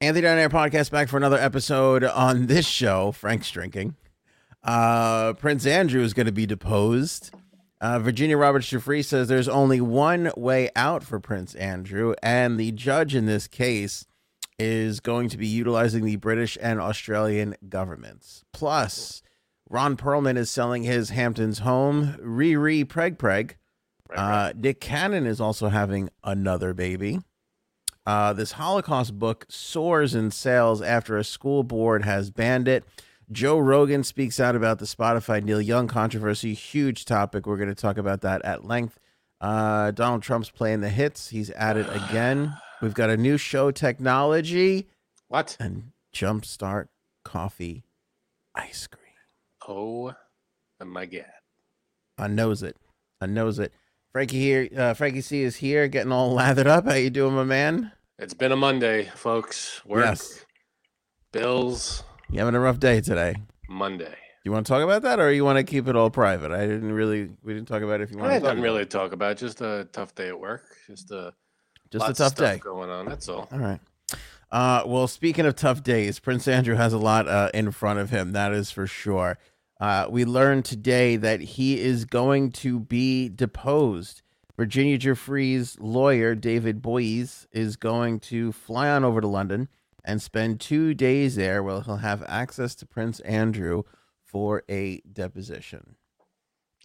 Anthony Down Air podcast back for another episode on this show. Frank's drinking. Uh, Prince Andrew is going to be deposed. Uh, Virginia Roberts Jeffrey says there's only one way out for Prince Andrew, and the judge in this case is going to be utilizing the British and Australian governments. Plus, Ron Perlman is selling his Hamptons home. Riri Preg Preg. Uh, Nick Cannon is also having another baby. Uh, this Holocaust book soars in sales after a school board has banned it. Joe Rogan speaks out about the Spotify Neil Young controversy. Huge topic. We're going to talk about that at length. Uh, Donald Trump's playing the hits. He's at it again. We've got a new show, Technology, What? and Jumpstart Coffee Ice Cream. Oh my god. I knows it. I knows it. Frankie here. Uh, Frankie C is here, getting all lathered up. How you doing, my man? It's been a Monday, folks. Work, Yes. bills, You having a rough day today? Monday. You want to talk about that, or you want to keep it all private? I didn't really. We didn't talk about it. If you want I to talk, didn't about really talk about just a tough day at work. Just a it. just a lots of tough stuff day. going on. That's all. All right. Uh, well, speaking of tough days, Prince Andrew has a lot uh, in front of him. That is for sure. Uh, we learned today that he is going to be deposed. Virginia Jeffrey's lawyer, David Boyes, is going to fly on over to London and spend two days there where he'll have access to Prince Andrew for a deposition.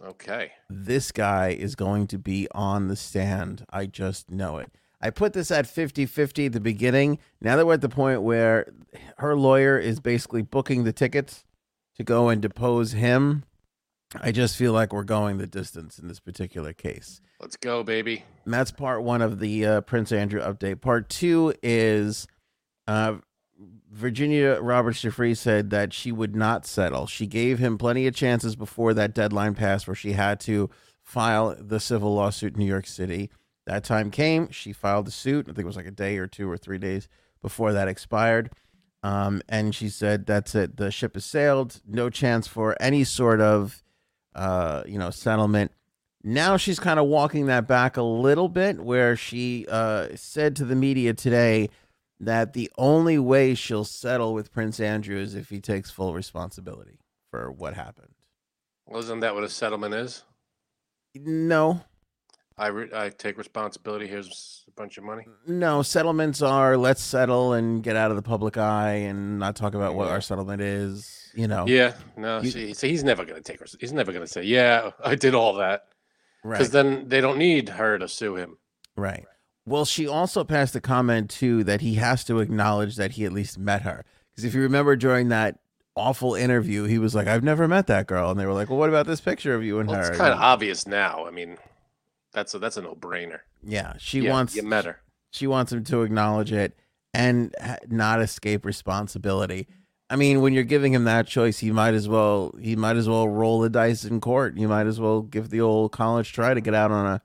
Okay. This guy is going to be on the stand. I just know it. I put this at 50 50 at the beginning. Now that we're at the point where her lawyer is basically booking the tickets to go and depose him, I just feel like we're going the distance in this particular case. Let's go, baby. And that's part one of the uh, Prince Andrew update. Part two is uh, Virginia Roberts Jeffrey said that she would not settle. She gave him plenty of chances before that deadline passed where she had to file the civil lawsuit in New York City. That time came. She filed the suit. I think it was like a day or two or three days before that expired. Um, and she said, that's it. The ship has sailed. No chance for any sort of, uh, you know, settlement. Now she's kind of walking that back a little bit, where she uh, said to the media today that the only way she'll settle with Prince Andrew is if he takes full responsibility for what happened. Well, isn't that what a settlement is? No, I, re- I take responsibility. Here's a bunch of money. no, settlements are let's settle and get out of the public eye and not talk about what our settlement is, you know. Yeah. No. You- See, see, he's never gonna take. Res- he's never gonna say, "Yeah, I did all that," because right. then they don't need her to sue him. Right. Well, she also passed a comment too that he has to acknowledge that he at least met her. Because if you remember during that awful interview, he was like, "I've never met that girl," and they were like, "Well, what about this picture of you and Well, her?" it's kind of obvious now. I mean, that's a that's a no brainer. yeah, she yeah, wants you met her. she wants him to acknowledge it and ha- not escape responsibility. I mean, when you're giving him that choice, he might as well he might as well roll the dice in court. You might as well give the old college try to get out on a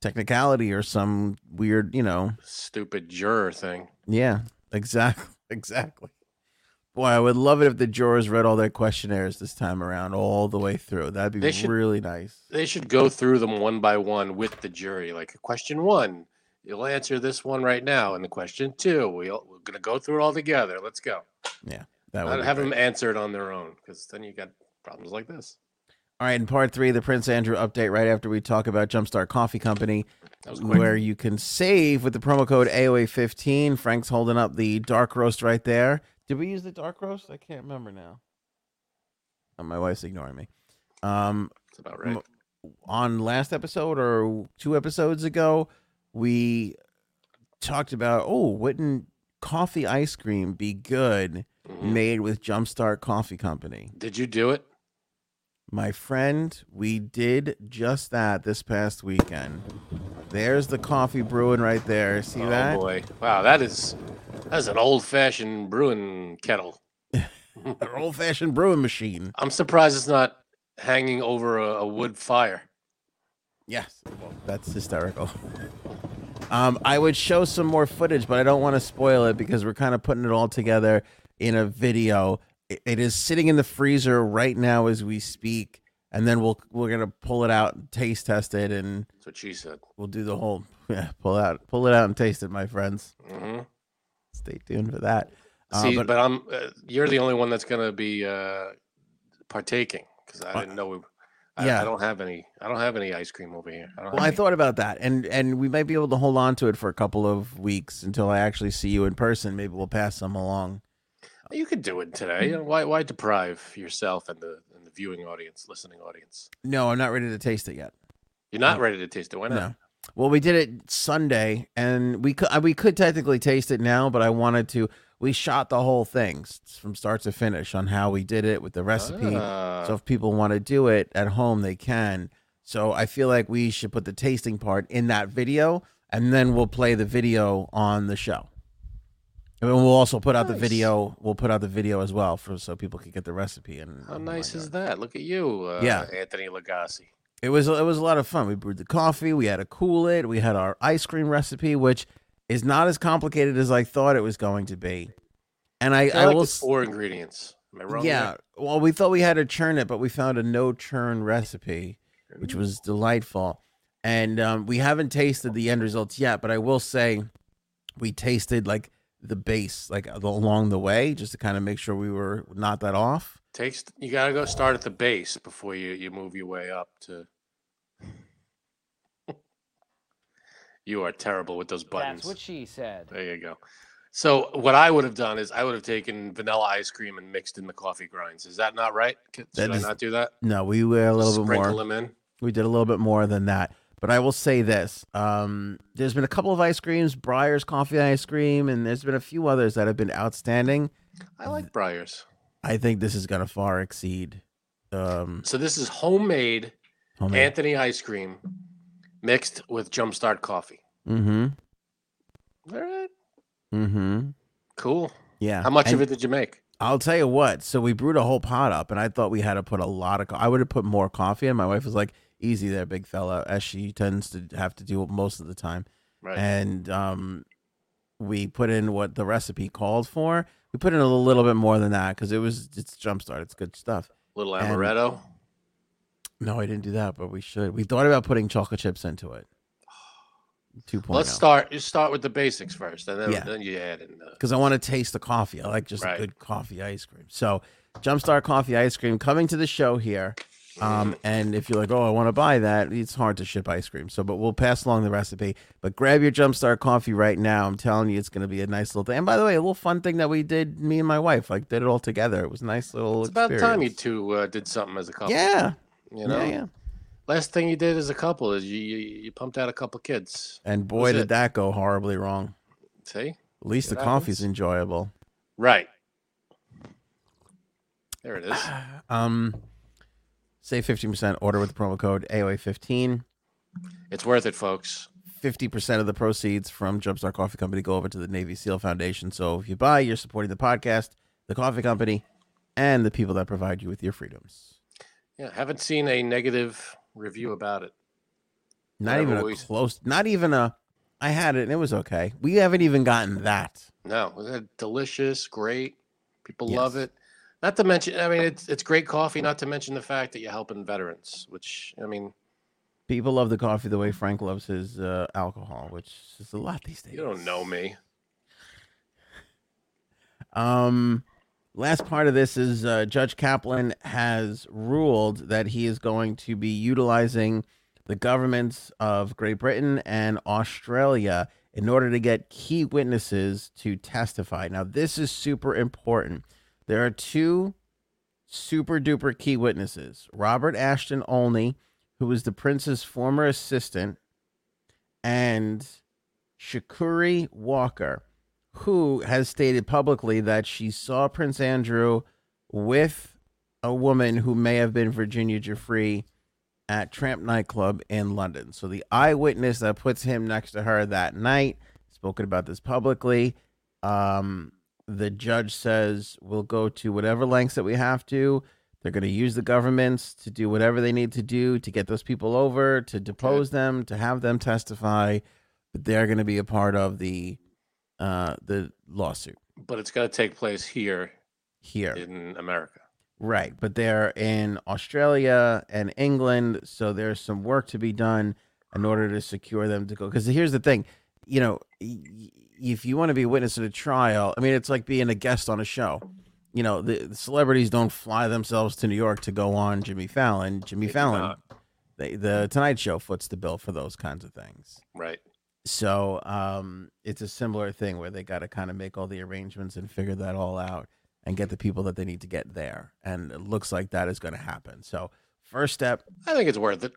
technicality or some weird, you know, Stupid juror thing. Yeah, exactly. Exactly. Boy, I would love it if the jurors read all their questionnaires this time around all the way through. That'd be They should- really nice. They should go through them one by one with the jury. Like question one, you'll answer this one right now, and the question two, we'll, we're gonna go through it all together. Let's go. That would Not be have great. them answer it on their own, because then you got problems like this. All right, in part three, the Prince Andrew update right after we talk about Jumpstart Coffee Company, That was quick. where you can save with the promo code AOA15. Frank's holding up the dark roast right there. Did we use the dark roast? I can't remember now. Oh, my wife's ignoring me. Um, That's about right. m- on last episode or two episodes ago, we talked about oh, wouldn't coffee ice cream be good Mhm. made with Jumpstart Coffee Company? Did you do it? My friend, we did just that this past weekend. There's the coffee brewing right there. See oh that? boy! Wow, that is that's an old-fashioned brewing kettle. An old fashioned brewing machine. I'm surprised it's not hanging over a, a wood fire. Yes. Well, that's hysterical. Um, I would show some more footage, but I don't want to spoil it because we're kind of putting it all together in a video. It- it is sitting in the freezer right now as we speak, and then we'll we're gonna pull it out, and taste test it, and That's what she said. we'll do the whole yeah, pull out, pull it out and taste it, my friends. hmm It's stay tuned for that. Uh, See, but- but, I'm uh, you're the only one that's going to be uh, partaking because I Uh, didn't know we. I, yeah. I don't have any. I don't have any ice cream over here. I don't Well, have I any. thought about that, and and we might be able to hold on to it for a couple of weeks until I actually see you in person. Maybe we'll pass some along. you could do it today. Why? Why deprive yourself and the and the viewing audience, listening audience? No, I'm not ready to taste it yet. You're not No. ready to taste it. Why not? Oh. No. Well, we did it Sunday, and we could we could technically taste it now, but I wanted to. We shot the whole thing s- from start to finish on how we did it with the recipe. Ah, So if people want to do it at home, they can. So I feel like we should put the tasting part in that video, and then we'll play the video on the show. And then we'll also put out the Nice. video. We'll put out the video as well for so people can get the recipe. And how and nice like is that? Look at you, uh, Oh Yeah. Anthony Lagasse. It was it was a lot of fun. We brewed the coffee. We had to cool it. We had our ice cream recipe, which is not as complicated as I thought it was going to be. And I, I, I like will the s- four ingredients. Am I wrong? there? yeah. Well, we thought we had to churn it, but we found a no churn recipe, which was delightful. And um, we haven't tasted the end results yet, but I will say we tasted like the base, like the- along the way, just to kind of make sure we were not that off. Takes you gotta go start at the base before you you move your way up to. you are terrible with those buttons. That's what she said. There you go. So what I would have done is I would have taken vanilla ice cream and mixed in the coffee grinds. Is that not right? C- Should That I is not do that? No, we were a little bit more. Sprinkle them in. We did a little bit more than that. But I will say this. Um, there's been a couple of ice creams, Breyer's coffee ice cream, and there's been a few others that have been outstanding. I like Briars. I think this is going to far exceed um, So this is homemade homemade. Anthony ice cream mixed with Jumpstart coffee. Mm-hmm. All right, Mm-hmm. cool. Yeah. How much And of it did you make? I'll tell you what. So we brewed a whole pot up, and I thought we had to put a lot of. Co- I would have put more coffee, and my wife was like, "Easy there, big fella," as she tends to have to do most of the time. Right. and um, we put in what the recipe called for. We put in a little bit more than that because it was it's jumpstart. It's good stuff. Little and- amaretto. No, I didn't do that, but we should. We thought about putting chocolate chips into it. Two oh. Let's start. You start with the basics first, and then Yeah. then you add in. The, because I want to taste the coffee. I like just Right. good coffee ice cream. So, Jumpstart Coffee Ice Cream coming to the show here. Um, and if you're like, oh, I want to buy that, it's hard to ship ice cream. So, but we'll pass along the recipe. But grab your Jumpstart coffee right now. I'm telling you, it's going to be a nice little thing. And by the way, a little fun thing that we did, me and my wife, like did it all together. It was a nice little. it's about time you experience. two uh, did something as a couple. Yeah, You know. yeah, yeah. Last thing you did as a couple is you you, you pumped out a couple kids. And boy, did it. that go horribly wrong. See. At least It the coffee's happens. enjoyable. Right. There it is. Um, save fifteen percent. Order with the promo code AOA fifteen. It's worth it, folks. 50% of the proceeds from Jumpstart Coffee Company go over to the Navy SEAL Foundation. So if you buy, you're supporting the podcast, the coffee company, and the people that provide you with your freedoms. Yeah, haven't seen a negative review about it. Not Whatever even a we- close, not even a, I had it and it was okay. We haven't even gotten that. No, was that delicious, great. People love Yes. it. Not to mention, I mean, it's it's great coffee. Not to mention the fact that you're helping veterans, which I mean, People love the coffee the way Frank loves his uh, alcohol, which is a lot these days. you don't know me. Um, last part of this is uh, Judge Kaplan has ruled that he is going to be utilizing the governments of Great Britain and Australia in order to get key witnesses to testify. Now, this is super important. There are two super duper key witnesses Robert Ashton Olney, who was the prince's former assistant, and Shakuri Walker who has stated publicly that she saw Prince Andrew with a woman who may have been Virginia Jeffrey at Tramp nightclub in London. So the eyewitness that puts him next to her that night, spoken about this publicly. Um, the judge says we'll go to whatever lengths that we have to. They're going to use the governments to do whatever they need to do to get those people over, to depose them, to have them testify. But they're going to be a part of the uh, the lawsuit But it's going to take place here here. in America. Right, but they're in Australia and England, so there's some work to be done in order to secure them to go. Because here's the thing you know, y- y- if you want to be a witness at a trial, I mean, it's like being a guest on a show. You know, the, the celebrities don't fly themselves to New York to go on Jimmy Fallon. Jimmy They do Fallon, not. they, the Tonight Show foots the bill for those kinds of things. Right. So um, it's a similar thing where they got to kind of make all the arrangements and figure that all out and get the people that they need to get there. And it looks like that is going to happen. So first step, I think it's worth it.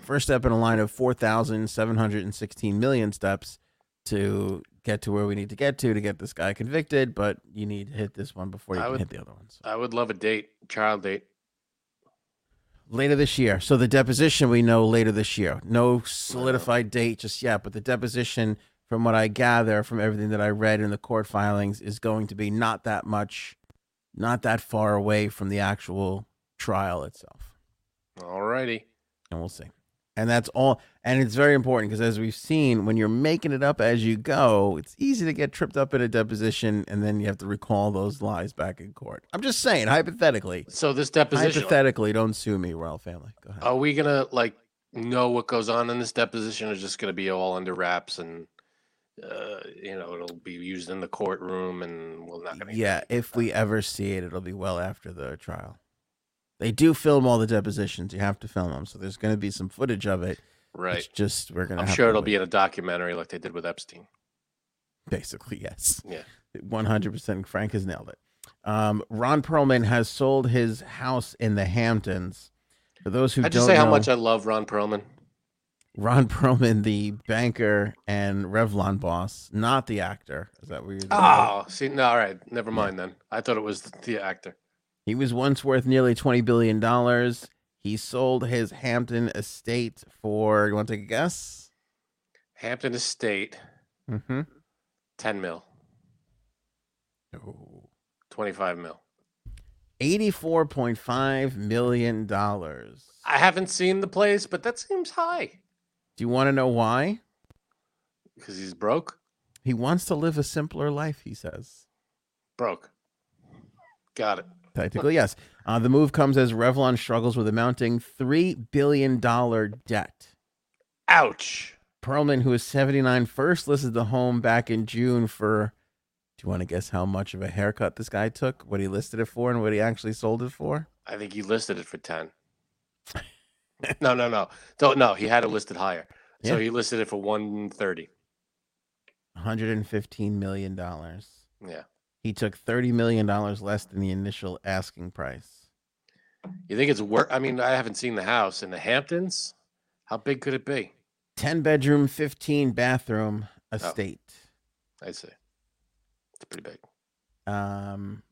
first step in a line of 4,716 million steps to get to where we need to get to to get this guy convicted. But you need to hit this one before you I can would- hit the other ones. I would love a date, child date. Later this year. So the deposition we know later this year. No solidified date just yet, but the deposition, from what I gather, from everything that I read in the court filings, is going to be not that much, not that far away from the actual trial itself. All righty. and we'll see. And that's all. And it's very important because, as we've seen, when you're making it up as you go, it's easy to get tripped up in a deposition, and then you have to recall those lies back in court. I'm just saying, hypothetically, So this deposition, hypothetically, don't sue me, royal family. Go ahead. are we gonna like know what goes on in this deposition, or just gonna be all under wraps and uh, you know it'll be used in the courtroom and we're not gonna. hear yeah, anything if about we ever see it, it'll be well after the trial. They do film all the depositions. You have to film them, so there's going to be some footage of it. it. It's right? just we're going to. I'm have sure to it'll wait. be in a documentary like they did with Epstein. Basically, yes. Yeah. 100% Frank has nailed it. Um, Ron Perlman has sold his house in the Hamptons. For those who I don't just say know, how much I love Ron Perlman. Ron Perlman, the banker and Revlon boss, not the actor. Is that what you're Oh, see, no, all right, never mind then. I thought it was the, the actor. He was once worth nearly $20 billion. He sold his Hampton estate for, you want to take a guess? Hampton Estate, Mm-hmm. ten mil, twenty five mil. $84.5 million. Do I haven't seen the place, but that seems high you want to know why? because he's broke. He wants to live a simpler life, he says. Broke. Got it. Technically, yes. Uh, the move comes as Revlon struggles with a mounting $3 billion debt. Ouch. Perlman, who is 79, first listed the home back in June for. Do you want to guess how much of a haircut this guy took? What he listed it for and what he actually sold it for? I think he listed it for 10. no, no, no. Don't no, he had it listed higher. So Yeah. he listed it for 130. $115 million. Yeah. He took $30 million less than the initial asking price. You think it's worth I mean, I haven't seen the house in the Hamptons. How big could it be? 10 bedroom, 15 bathroom estate. I'd say. It's pretty big. Um,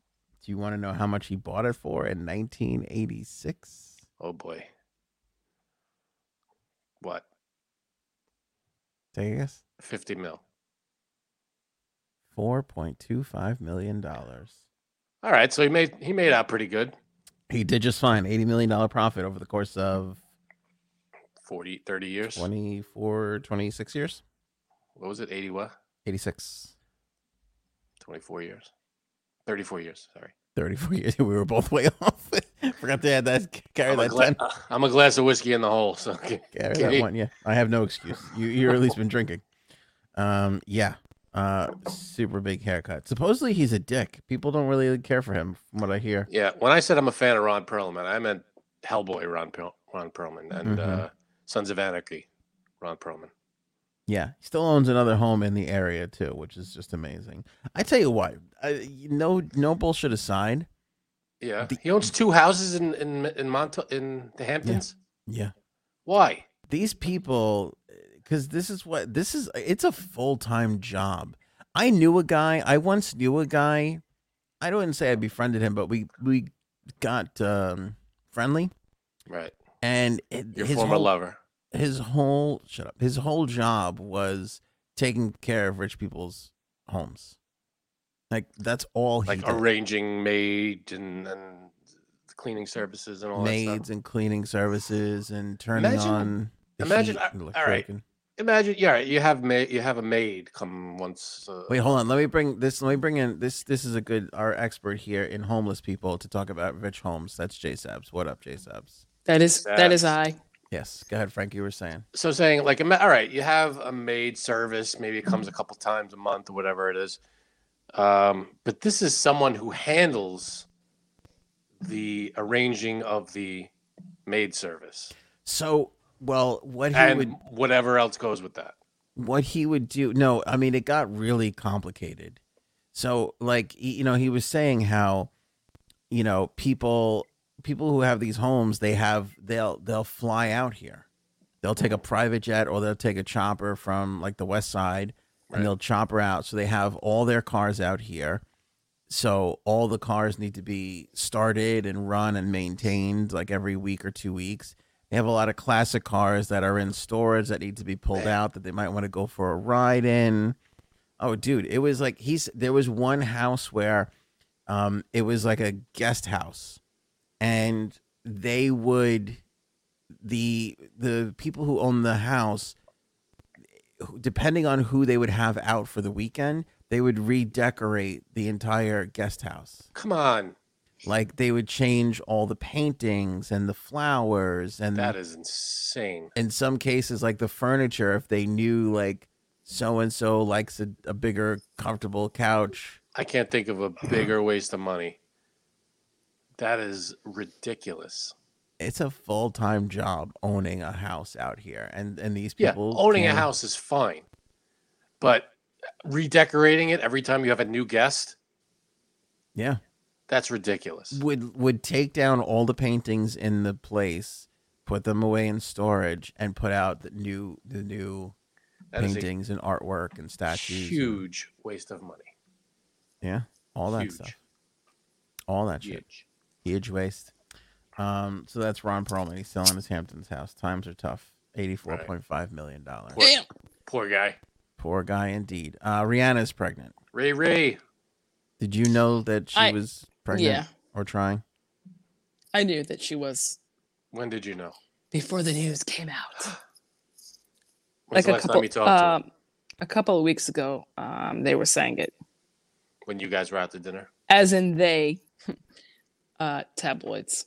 do you want to know how much he bought it for in 1986? Oh boy. What? Take a guess. 50 mil. Four point two five million dollars. All right, so he made he made out pretty good. He did just fine. Eighty million dollar profit over the course of 40, 30 years. 24, 26 years. What was it? 80 what? 86, 24 years. 34 years, sorry. 34 years. We were both way off. Forgot to add that. Carry I'm a, that gla- ten. I'm a glass of whiskey in the hole, so okay. Carry Okay. that one. Yeah, I have no excuse. You you at least been drinking. Um, yeah. Uh, super big haircut. Supposedly he's a dick. People don't really care for him, from what I hear. Yeah, when I said I'm a fan of Ron Perlman, I meant Hellboy Ron Perl- Ron Perlman Mhm. and uh, Sons of Anarchy Ron Perlman. Yeah, he still owns another home in the area too, which is just amazing. I tell you what, I, no, no bullshit aside. Yeah, The- he owns two houses in in in Mont- in the Hamptons. Yeah, Why? these people, because this is what this is. It's a full time job. I knew a guy. I once knew a guy. I wouldn't say I befriended him, but we we got um, friendly, Right, and it, your his former whole, lover. his whole shut up. His whole job was taking care of rich people's homes. Like that's all he Like did. arranging maid and and cleaning services and all that maids stuff. and cleaning services and turning Imagine- on the imagine- heat I- and all right. electric and- Imagine, yeah, right, you have ma- you have a maid come once. Uh, wait hold on let me bring this let me bring in this this is a good our expert here in homeless people to talk about rich homes that's j sabs what up j sabs That is that is That's- I. Yes. Go ahead, Frank. You were saying. so saying like ima- all right you have a maid service maybe it comes a couple times a month or whatever it is um, but this is someone who handles the arranging of the maid service So, well, what he and would whatever else goes with that what he would do no i mean it got really complicated so like y- you know he was saying how you know people people who have these homes they have they'll they'll fly out here they'll take a private jet or they'll take a chopper from like the west side Right. and they'll chopper out so they have all their cars out here so all the cars need to be started and run and maintained like every week or two weeks they have a lot of classic cars that are in storage that need to be pulled Man. out that they might want to go for a ride in. Oh, dude, it was like he's there was one house where um, it was like a guest house, and they would the the people who own the house, who- depending on who they would have out for the weekend, they would redecorate the entire guest house come on like they would change all the paintings and the flowers and that is insane in some cases like the furniture if they knew like so and so likes a, a bigger comfortable couch i can't think of a bigger waste of money that is ridiculous it's a full-time job owning a house out here and and these yeah people owning a can- house is fine but redecorating it every time you have a new guest yeah That's ridiculous. would would take down all the paintings in the place put them away in storage and put out the new the new That is a paintings and artwork and statues and huge waste of money. all that huge, stuff all that shit Huge. Huge waste. Um, so that's Ron Perlman. He's still in his Hamptons house. Times are tough. Eighty-four point five million dollars. Poor, poor guy. Poor guy indeed. Uh, Rihanna's pregnant. Ray Ray. Did you know that she I- was pregnant Yeah. or trying? I knew that she was When did you know? before the news came out. When's the last time you talked to him? um, a couple of weeks ago, um, they were saying it. When you guys were out to dinner? As in they, uh, tabloids.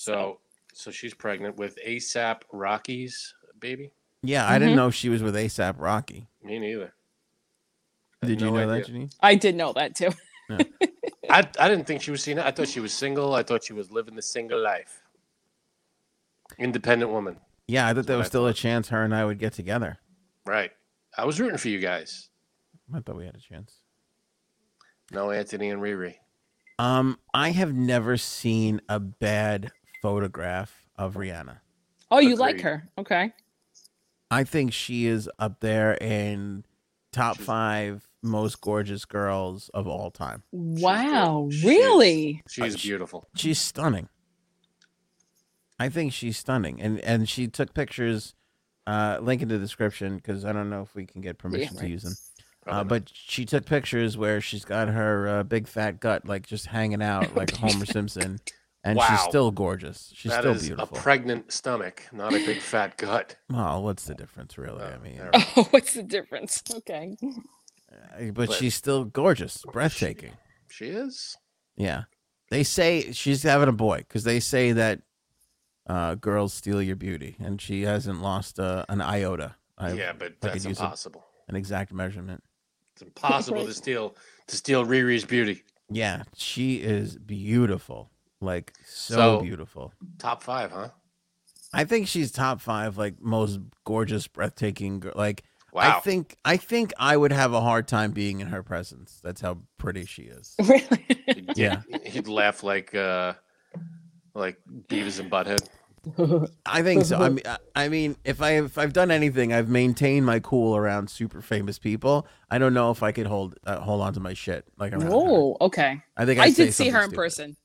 So, so she's pregnant with ASAP Rocky's baby. Yeah, Mm-hmm. I didn't know she was with ASAP Rocky. Me neither. I had Did you no know that, idea. Janine? I did know that too. I, I didn't think she was seeing it. I thought she was single. I thought she was living the single life. Independent woman. Yeah, I thought there what was I still a chance her and I would get together. Right. I was rooting for you guys. I thought we had a chance. No Anthony and Riri. Um, I have never seen a bad photograph of Rihanna. Oh, you like Agreed. her? Okay. I think she is up there in top She's- five most gorgeous girls of all time. Wow, She is- really? She's she- beautiful. She's stunning. I think she's stunning, and and she took pictures. Uh, link in the description because I don't know if we can get permission to right. use them. Probably Uh, not. but she took pictures where she's got her uh, big fat gut like just hanging out like Homer Simpson, and she's Wow. still gorgeous. She's That still is beautiful. a pregnant stomach, not a big fat gut. well, what's the difference really? Oh, I mean, all right. Oh, what's the difference? Okay. uh, but But- she's still gorgeous, breathtaking. She is. Yeah. They say she's having a boy because they say that uh, girls steal your beauty, and she hasn't lost uh, an iota. I, yeah, but I could that's use a- impossible. An exact measurement. It's impossible to Right. steal to steal Riri's beauty. Yeah, she is beautiful. Like, so, So- beautiful. Top five, huh? I think she's top five, like, most gorgeous, breathtaking. Girl. Like, Wow. I think I think I would have a hard time being in her presence. That's how pretty she is. Really? He'd- Yeah. He'd laugh like uh like Beavis and Butthead. I think so. I mean, I- I mean, if I if I've done anything, I've maintained my cool around super famous people. I don't know if I could hold uh, hold on to my shit like around. her. Whoa. Okay. I think I'd I say did see something her in stupid. person.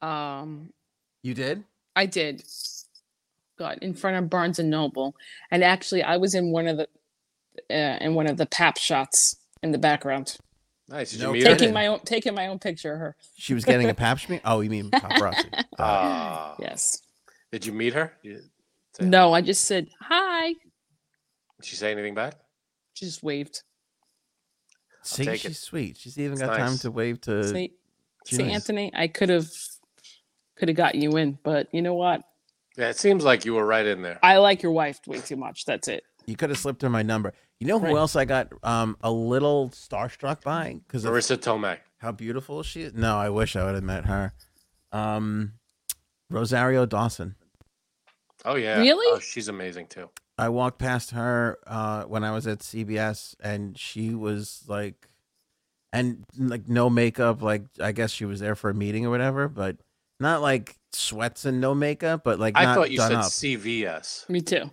Um, You did? I did. God, in front of Barnes and Noble, and actually, I was in one of the uh, in one of the pap shots in the background, Nice. Did No you meet kidding. her? taking my own taking my own picture of her. She was getting a pap smear. Oh, you mean paparazzi? Uh, Ah. Yes. Did you meet her? You- say- No, I just said hi. Did she say anything back? She just waved. see, take she's it. sweet. She's even It's got time nice. to wave to. See, see, Julius. Anthony, I could have could have got you in, but you know what? Yeah, it seems like you were right in there. I like your wife way too much. That's it. You could have slipped her my number. You know who Right. else I got um, a little starstruck by because of Marissa Tomei. how beautiful she is? No, I wish I would have met her. Um, Rosario Dawson. Oh yeah. Really? Oh, she's amazing too. I walked past her uh, when I was at CBS, and she was like, and like no makeup. Like I guess she was there for a meeting or whatever, but not like sweats and no makeup, but like I not thought you done said up. uh, CVS. Me too.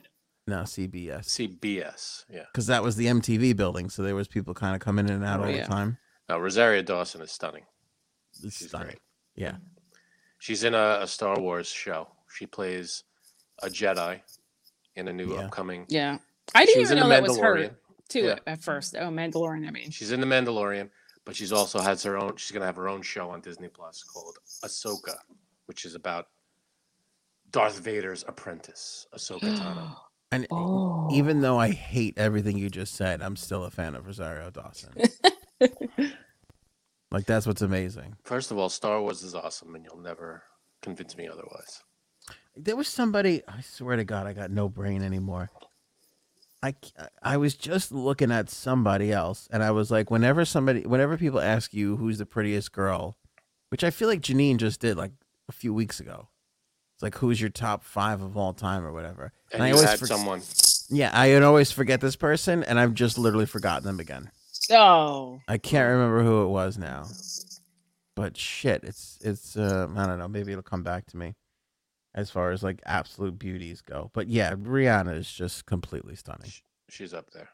no CBS CBS. Yeah. because that was the MTV building, so there was people kind of coming in and out Oh, all yeah. the time. No, Rosaria Dawson is stunning. It's She's stunning. great. Yeah. She's in a, a Star Wars show. She plays a Jedi in a new Yeah. upcoming. Yeah. I didn't She's even in know the that was Mandalorian. her too Yeah. at first. Oh, Mandalorian. I mean, She's in the Mandalorian, but she's also has her own. She's gonna have her own show on Disney Plus called Ahsoka, which is about Darth Vader's apprentice, Ahsoka Tano. And oh, even though I hate everything you just said, I'm still a fan of Rosario Dawson. like that's what's amazing. First of all, Star Wars is awesome, and you'll never convince me otherwise. There was somebody. I swear to God, I got no brain anymore. I c- I was just looking at somebody else, and I was like, whenever somebody, whenever people ask you who's the prettiest girl, which I feel like Janine just did like a few weeks ago. It's like who's your top five of all time or whatever. And, I you always had forg- someone. Yeah, I would always forget this person, and I've just literally forgotten them again. oh, I can't remember who it was now. But shit, it's it's uh, I don't know, maybe it'll come back to me as far as like absolute beauties go. But yeah, Rihanna is just completely stunning. She's up there.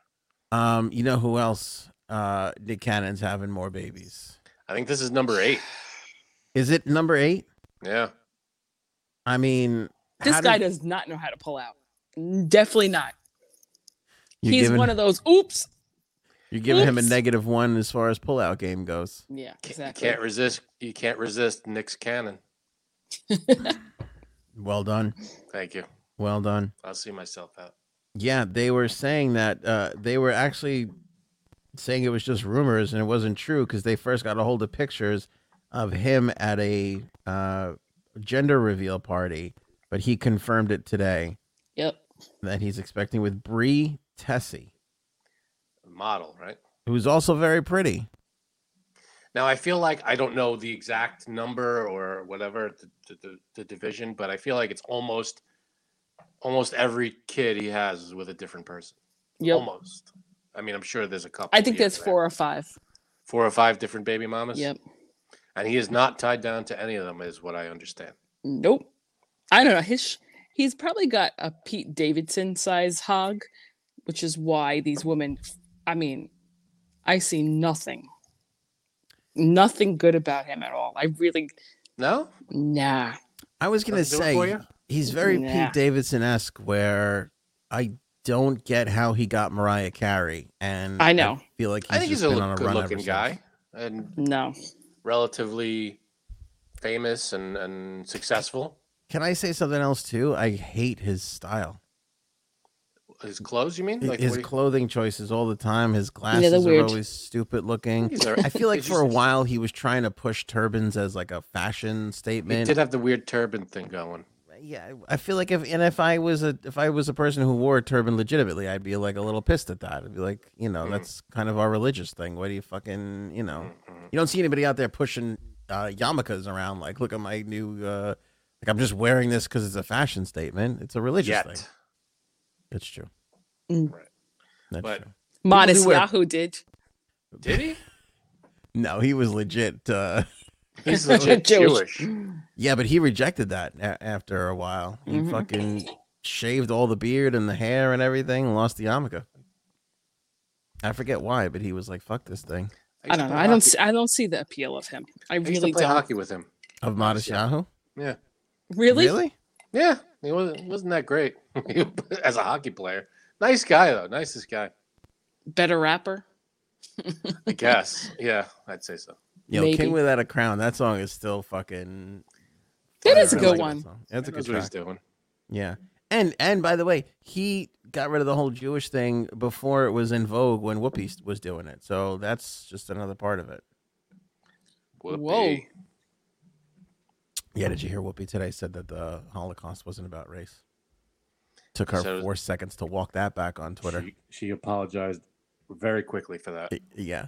Um, you know who else? Uh Nick Cannon's having more babies. I think this is number eight. Is it number eight? Yeah. I mean this how guy did- does not know how to pull out. Definitely not. you're He's giving, one of those. Oops. you're giving him a Oops. negative one as far as pullout game goes. Yeah, Ca- exactly. You can't resist. You can't resist Nick's cannon. Well done. Thank you. Well done. I'll see myself out. Yeah, they were saying that uh, they were actually saying it was just rumors and it wasn't true because they first got a hold of pictures of him at a uh, gender reveal party, but he confirmed it today Yep. that he's expecting with Bree Tessie, Model, right? who's also very pretty. Now I feel like I don't know the exact number or whatever the, the, the, the division, but I feel like it's almost almost every kid he has is with a different person. Yep. Oh Almost. I mean, I'm sure there's a couple. I think here that's and there. four or five. Four or five different baby mamas. Yep. And he is not tied down to any of them, is what I understand. Nope. I don't know. His sh- he's probably got a Pete Davidson size hog, which is why these women. I mean, I see nothing, nothing good about him at all. I really No? nah. I was gonna Doesn't do it for say you? he's very Nah. Pete Davidson esque, where I don't get how he got Mariah Carey, and I know. feel like he's I think he's just a been on a good run ever looking since. guy and No, relatively famous and, and successful. Can I say something else too? I hate his style. His clothes, you mean? his what do you- clothing choices all the time. His glasses are weird. always stupid looking. He's all right. I feel like He's for a just- while he was trying to push turbans as like a fashion He statement. did have the weird turban thing going. yeah, I feel like if and if I was a if I was a person who wore a turban legitimately, I'd be like a little pissed at that. I'd be like, you know, Mm. that's kind of our religious thing. What do you fucking, you know? Mhm. You don't see anybody out there pushing uh, yarmulkes around. Like, look at my new. Uh, like, I'm just wearing this because it's a fashion statement. It's a religious Yet. thing. That's true. Mm. Right. That's But- true. modest wear- Yahoo did. Did he? No, he was legit. Uh, He's legit Jewish. Jewish. yeah, but he rejected that a- after a while. He Mhm. fucking shaved all the beard and the hair and everything, and lost the yarmulke. I forget why, but he was like, "Fuck this thing." I don't know. I don't. See, I don't see the appeal of him. I I used to really play don't. hockey with him. Of Modest Yeah. Yahoo, Yeah, Really? yeah. He wasn't wasn't that great as a hockey player. Nice guy though. Nicest guy. Better rapper. I guess. yeah, I'd say so. Yo, Maybe. King Without a Crown. That song is still fucking. That I is a really good like one. that song. That's a He good knows what track. he's doing. Yeah. And and by the way, he got rid of the whole Jewish thing before it was in vogue when Whoopi was doing it. So that's just another part of it. Whoa. Whoopee. Yeah, did you hear Whoopi today said that the Holocaust wasn't about race? Took her So- four seconds to walk that back on Twitter. She, she apologized very quickly for that. Y- yeah.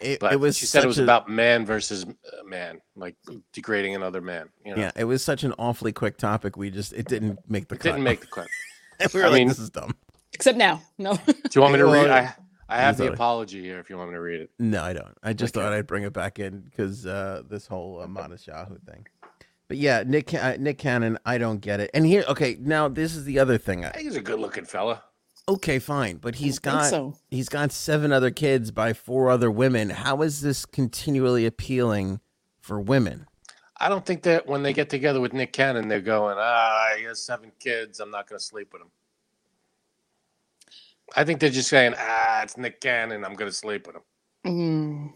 It, But it was she said such it was a- about man versus uh, man, like degrading another man. You know? Yeah, it was such an awfully quick topic. We just it didn't make the It cut. didn't make the clip. we were I like, mean- this is dumb. Except now. No. Do you want me to Well, read? I I have the sorry. apology here if you want me to read it. No, I don't. I just Okay. thought I'd bring it back in because uh, this whole uh, modest Yahoo thing. But yeah, Nick Ca- uh, Nick Cannon, I don't get it. And here, okay, now this is the other thing. I I, think he's a good looking fella. okay, fine, but he's I don't got think so. he's got seven other kids by four other women. How is this continually appealing for women? I don't think that when they get together with Nick Cannon, they're going, ah, he has seven kids. I'm not going to sleep with him. I think they're just saying, ah, it's Nick Cannon. I'm going to sleep with him. Mm,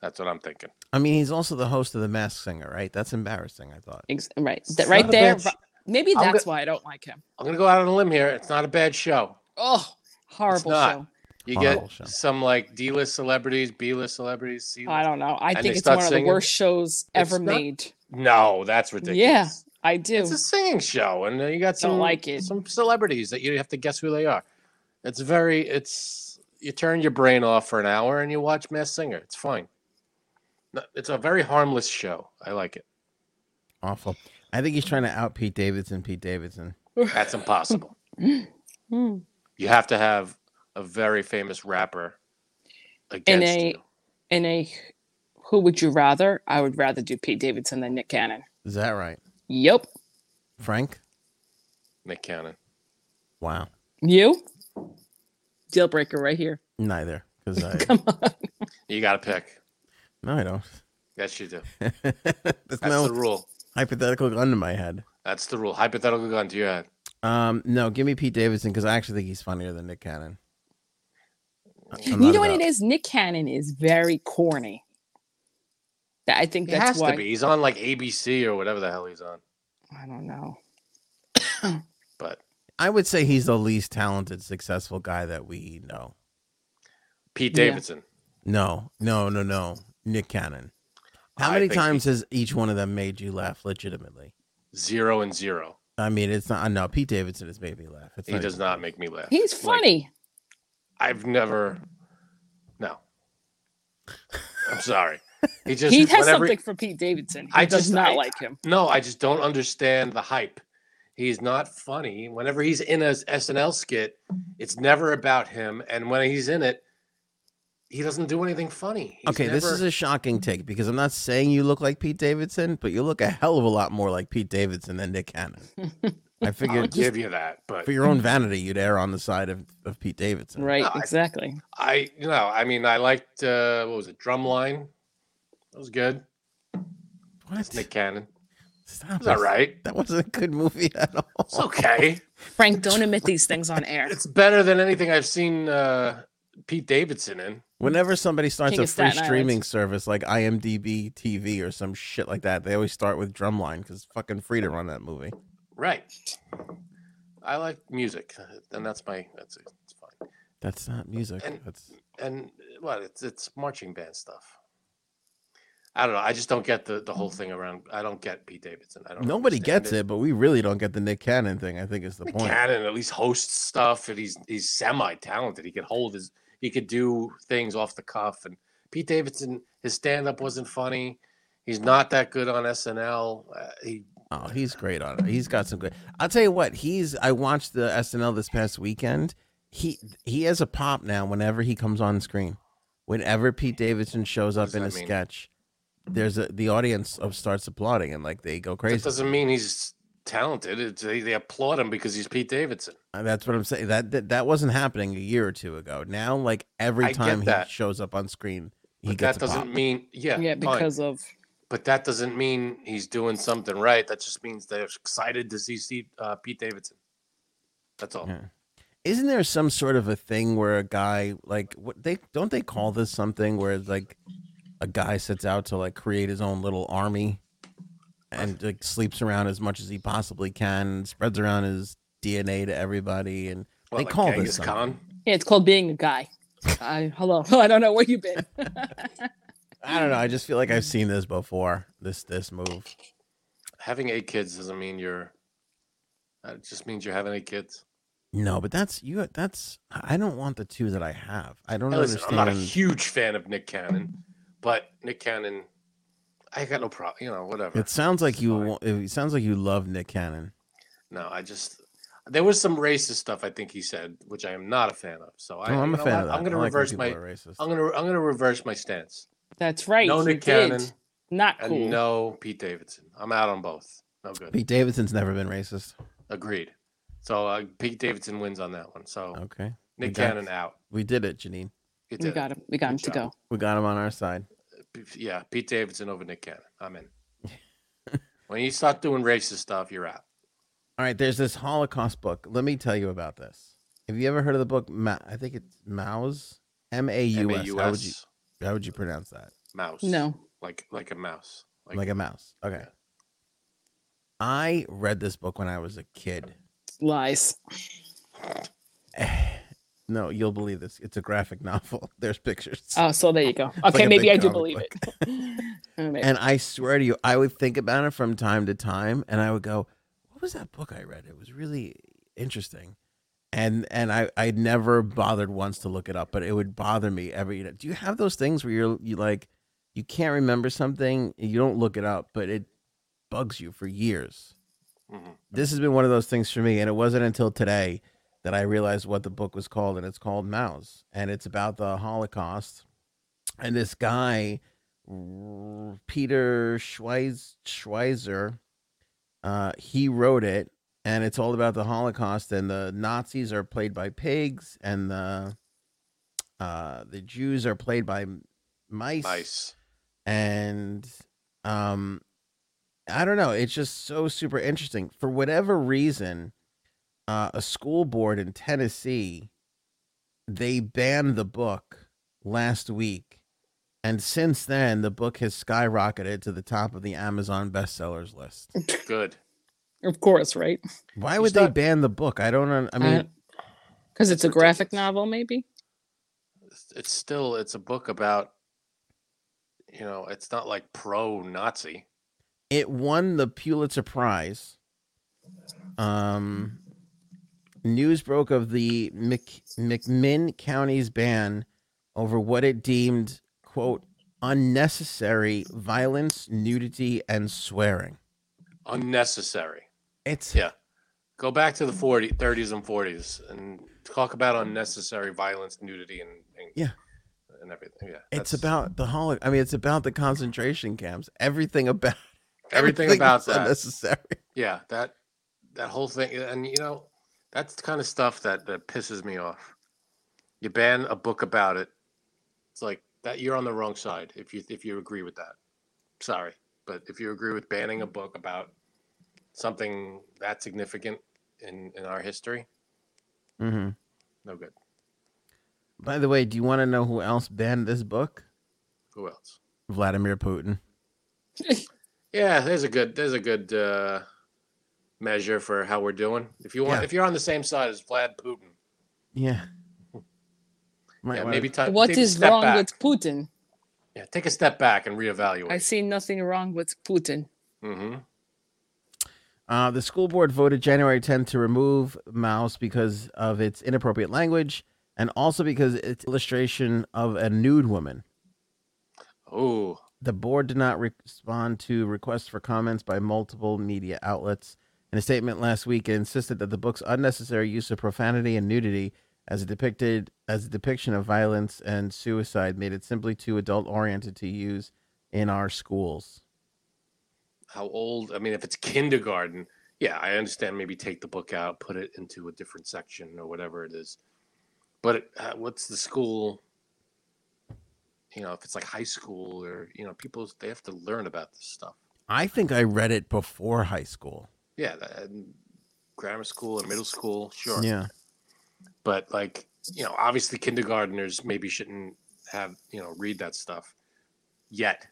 That's what I'm thinking. I mean, he's also the host of The Masked Singer, right? That's embarrassing. I thought. ex- right. That, Son right of a there. bitch. ri- Maybe I'm that's why I don't like him. I'm going to go out on a limb here. It's not a bad show. Oh, horrible not. show. You Horrible get show. some like D list celebrities, B list celebrities, C I list. don't know. I And they think it's start one of singing. the worst shows ever not made. No, that's ridiculous. Yeah, I do. It's a singing show, and uh, you got Don't some like it. some celebrities that you have to guess who they are. It's very it's you turn your brain off for an hour and you watch Mass Singer. It's fine. No, It's a very harmless show. I like it. Awful. I think he's trying to out Pete Davidson. Pete Davidson. That's impossible. Hmm. you have to have a very famous rapper against a- you. In a who would you rather? I would rather do Pete Davidson than Nick Cannon. Is that right, Yep. Frank? Nick Cannon. Wow. You? Deal breaker right here. Neither, because I Come on. You got to pick. no, I don't. Yes, you do. There's That's no the rule. hypothetical gun to my head. That's the rule. Hypothetical gun to your head. Um, no, give me Pete Davidson because I actually think he's funnier than Nick Cannon. I- I'm you not know what about- it is? Nick Cannon is very corny. That- I think He that's has why. to be. He's on like ABC or whatever the hell he's on. I don't know. But I would say he's the least talented, successful guy that we know. Pete Yeah. Davidson. No, no, no, no. Nick Cannon. How I many think he- times has each one of them made you laugh legitimately? zero and zero. I mean, it's not. No, Pete Davidson has made me laugh. It's He does even- not make me laugh. He's Like, funny. I've never. No. I'm sorry. He just he has whenever- something for Pete Davidson. He I does just- not I- like him. No, I just don't understand the hype. He's not funny. Whenever he's in a SNL skit, it's never about him. And when he's in it, he doesn't do anything funny. He's Okay, this never- is a shocking take because I'm not saying you look like Pete Davidson, but you look a hell of a lot more like Pete Davidson than Nick Cannon. I I'll figured just give you that, but for your own vanity, you'd err on the side of, of Pete Davidson. Right, No, I- exactly. I, you know, I mean, I liked uh, what was it, Drumline? That was good. What? That's Nick Cannon. Stop. It was all it. right. That wasn't a good movie at all. It's okay. Frank, don't admit these things on air. It's better than anything I've seen uh, Pete Davidson in. Whenever somebody starts King a of free Staten Island. streaming service like IMDb TV or some shit like that, they always start with Drumline because fucking free to run that movie. Right. I like music, and that's my that's it. It's fine. That's not music. And- That's And well, it's it's marching band stuff. I don't know. I just don't get the the whole thing around. I don't get Pete Davidson. I don't. nobody understand gets it, but we really don't get the Nick Cannon thing. I think is the Nick point. Cannon at least hosts stuff, and he's he's semi talented. He could hold his. He could do things off the cuff. And Pete Davidson, his stand up wasn't funny. He's not that good on SNL. Uh, he Oh, he's great on it. He's got some good. I'll tell you what. He's. I watched the SNL this past weekend. He he has a pop now. Whenever he comes on screen, whenever Pete Davidson shows up does in a that mean? sketch, there's a the audience of starts applauding and like they go That crazy. doesn't mean he's talented. It's, they, they applaud him because he's Pete Davidson. Uh, That's what I'm saying. That, that that wasn't happening a year or two ago. Now, like every I get time he that. shows up on screen, he But gets that a pop. doesn't mean, yeah, yeah, fine. because of But that doesn't mean he's doing something right. That just means they're excited to see Steve, uh, Pete Davidson. That's all. Yeah. Isn't there some sort of a thing where a guy like what they don't they call this something where it's like a guy sets out to like create his own little army and like sleeps around as much as he possibly can, spreads around his DNA to everybody, and What, they call this Genghis something. Khan. yeah, it's called being a guy. I hello. I don't know where you've been. I don't know. I just feel like I've seen this before. This this move. having eight kids doesn't mean you're. uh, It just means you're having eight kids. No, but that's you. That's I don't want the two that I have. I don't Now, listen, I'm understand. not a huge fan of Nick Cannon, but Nick Cannon, I got no problem. You know, whatever. it sounds like It's you. fine. wa- It sounds like you love Nick Cannon. No, I just there was some racist stuff I think he said, which I am not a fan of. So I, Oh, I'm you a know fan what? of that. I'm going to I like when reverse people my. are racist. I'm going to. I'm going to reverse my stance. That's right. no you Nick did. Cannon Not and cool. no Pete Davidson. I'm out on both. No good. Pete Davidson's never been racist. Agreed. So uh, Pete Davidson wins on that one. So Okay, we Nick Oh, got- Cannon out. we did it, Janine. You we did it. got him. We got Good him to go. job. We got him on our side. P- Yeah, Pete Davidson over Nick Cannon. I'm in. when you start doing racist stuff, you're out. All right, there's this Holocaust book. Let me tell you about this. Have you ever heard of the book? Ma- I think it's Maus. M A U S. How would you M-A-U-S, How would you pronounce that? mouse. No. like like a mouse. Like, a mouse. Okay. Yeah. I read this book when I was a kid. Lies. No, you'll believe this. It's a graphic novel. There's pictures. Oh, so there you go. Okay, like a maybe big I do comic believe book. it. All right. And I swear to you, I would think about it from time to time, and I would go, "What was that book I read? It was really interesting." And and I I never bothered once to look it up, but it would bother me every. You know, do you have those things where you're you like you can't remember something, you don't look it up, but it bugs you for years. hmm This has been one of those things for me, and it wasn't until today that I realized what the book was called, and it's called Mouse, and it's about the Holocaust, and this guy, r- Peter Schweiz, Schweizer, uh, he wrote it, and it's all about the Holocaust, and the Nazis are played by pigs, and the uh, the Jews are played by m- mice, Nice. and um i don't know it's just so super interesting for whatever reason uh, a school board in tennessee they banned the book last week and since then the book has skyrocketed to the top of the amazon bestsellers list Good. of course, right? why You would they start- ban the book i don't un- i mean because it's a Ridiculous. graphic novel, maybe. It's- It's still it's a book about. You know, it's not like pro Nazi. it won the Pulitzer Prize. Um, news broke of the Mc, McMinn County's ban over what it deemed "quote unnecessary violence, nudity, and swearing." Unnecessary. It's Yeah. Go back to the Mm-hmm. 40, 30s and 40s and talk about unnecessary violence, nudity, and, and Yeah. and everything. Yeah, it's that's- about the holo. I mean, it's about the concentration camps. Everything about everything, about was that. unnecessary. Yeah, that that whole thing, and you know, that's the kind of stuff that that pisses me off. You ban a book about it. It's like that you're on the wrong side if you if you agree with that. Sorry, but if you agree with banning a book about something that significant in in our history, Mm-hmm. hmm no good. By the way, do you want to know who else banned this book? Who else? Vladimir Putin. Yeah, there's a good there's a good uh, measure for how we're doing. If you want, Yeah. if you're on the same side as Vlad Putin, Yeah. Might yeah, wanna- maybe time. What take a is Uh, step wrong back. with Putin? Yeah, take a step back and reevaluate. I see nothing wrong with Putin. Mm-hmm. Uh, the school board voted January 10 to remove Mouse because of its inappropriate language and also because its illustration of a nude woman. Oh, The board did not respond to requests for comments by multiple media outlets. In a statement last week, it insisted that the book's unnecessary use of profanity and nudity as a depicted as a depiction of violence and suicide made it simply too adult oriented to use in our schools. how old? I mean, if it's kindergarten, yeah, I understand. Maybe take the book out, put it into a different section or whatever it is. But it, uh, what's the school? You know, if it's like high school or you know, people they have to learn about this stuff. I think I read it before high school. Yeah, that, and grammar school and middle school, sure. Yeah. But like, you know, obviously kindergarteners maybe shouldn't have you know read that stuff yet.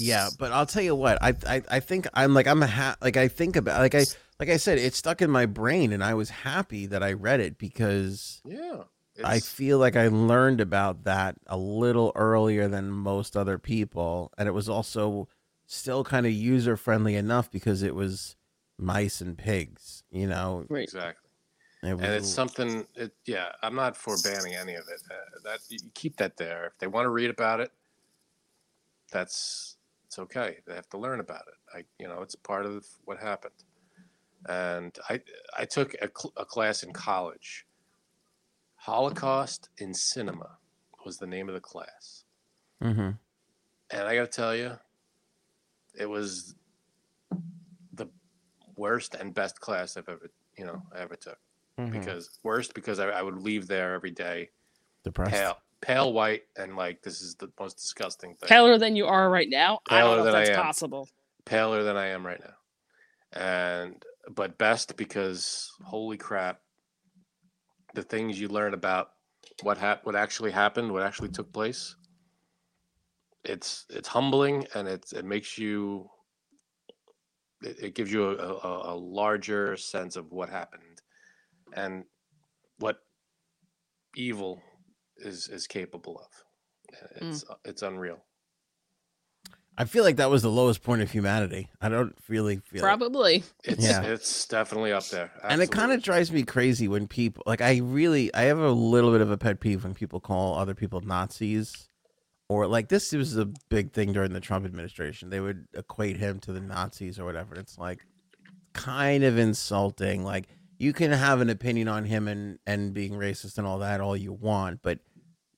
Yeah, but I'll tell you what, I I, I think I'm like I'm a ha- like I think about like I like I said, it stuck in my brain, and I was happy that I read it because Yeah, I it's- feel like I learned about that a little earlier than most other people, and it was also still kind of user friendly enough because it was mice and pigs. You know, Right. Exactly. It was And it's l- something. It, yeah, I'm not for banning any of it. Uh, that you keep that there. If they want to read about it, that's it's okay. They have to learn about it. I, you know, it's part of what happened. And I, I took a, cl- a class in college. Holocaust in cinema was the name of the class. Mhm. And I got to tell you, it was the worst and best class I've ever, you know, I ever took. Mm-hmm. Because worst because I, I would leave there every day depressed. pale, pale white, and like this is the most disgusting thing. Paler than you are right now. I Paler don't know than if I that's am. possible. Paler than I am right now, and but best because holy crap, the things you learn about what hap- what actually happened, what actually took place. It's it's humbling and it's it makes you it, it gives you a, a, a larger sense of what happened and what evil is is capable of. It's it's unreal. I feel like that was the lowest point of humanity. I don't really feel. it. Probably. It's Yeah. it's definitely up there. and it kind absolutely. of drives me crazy when people like i really i have a little bit of a pet peeve when people call other people nazis or like this was a big thing during the trump administration they would equate him to the nazis or whatever and it's like kind of insulting like you can have an opinion on him and and being racist and all that all you want but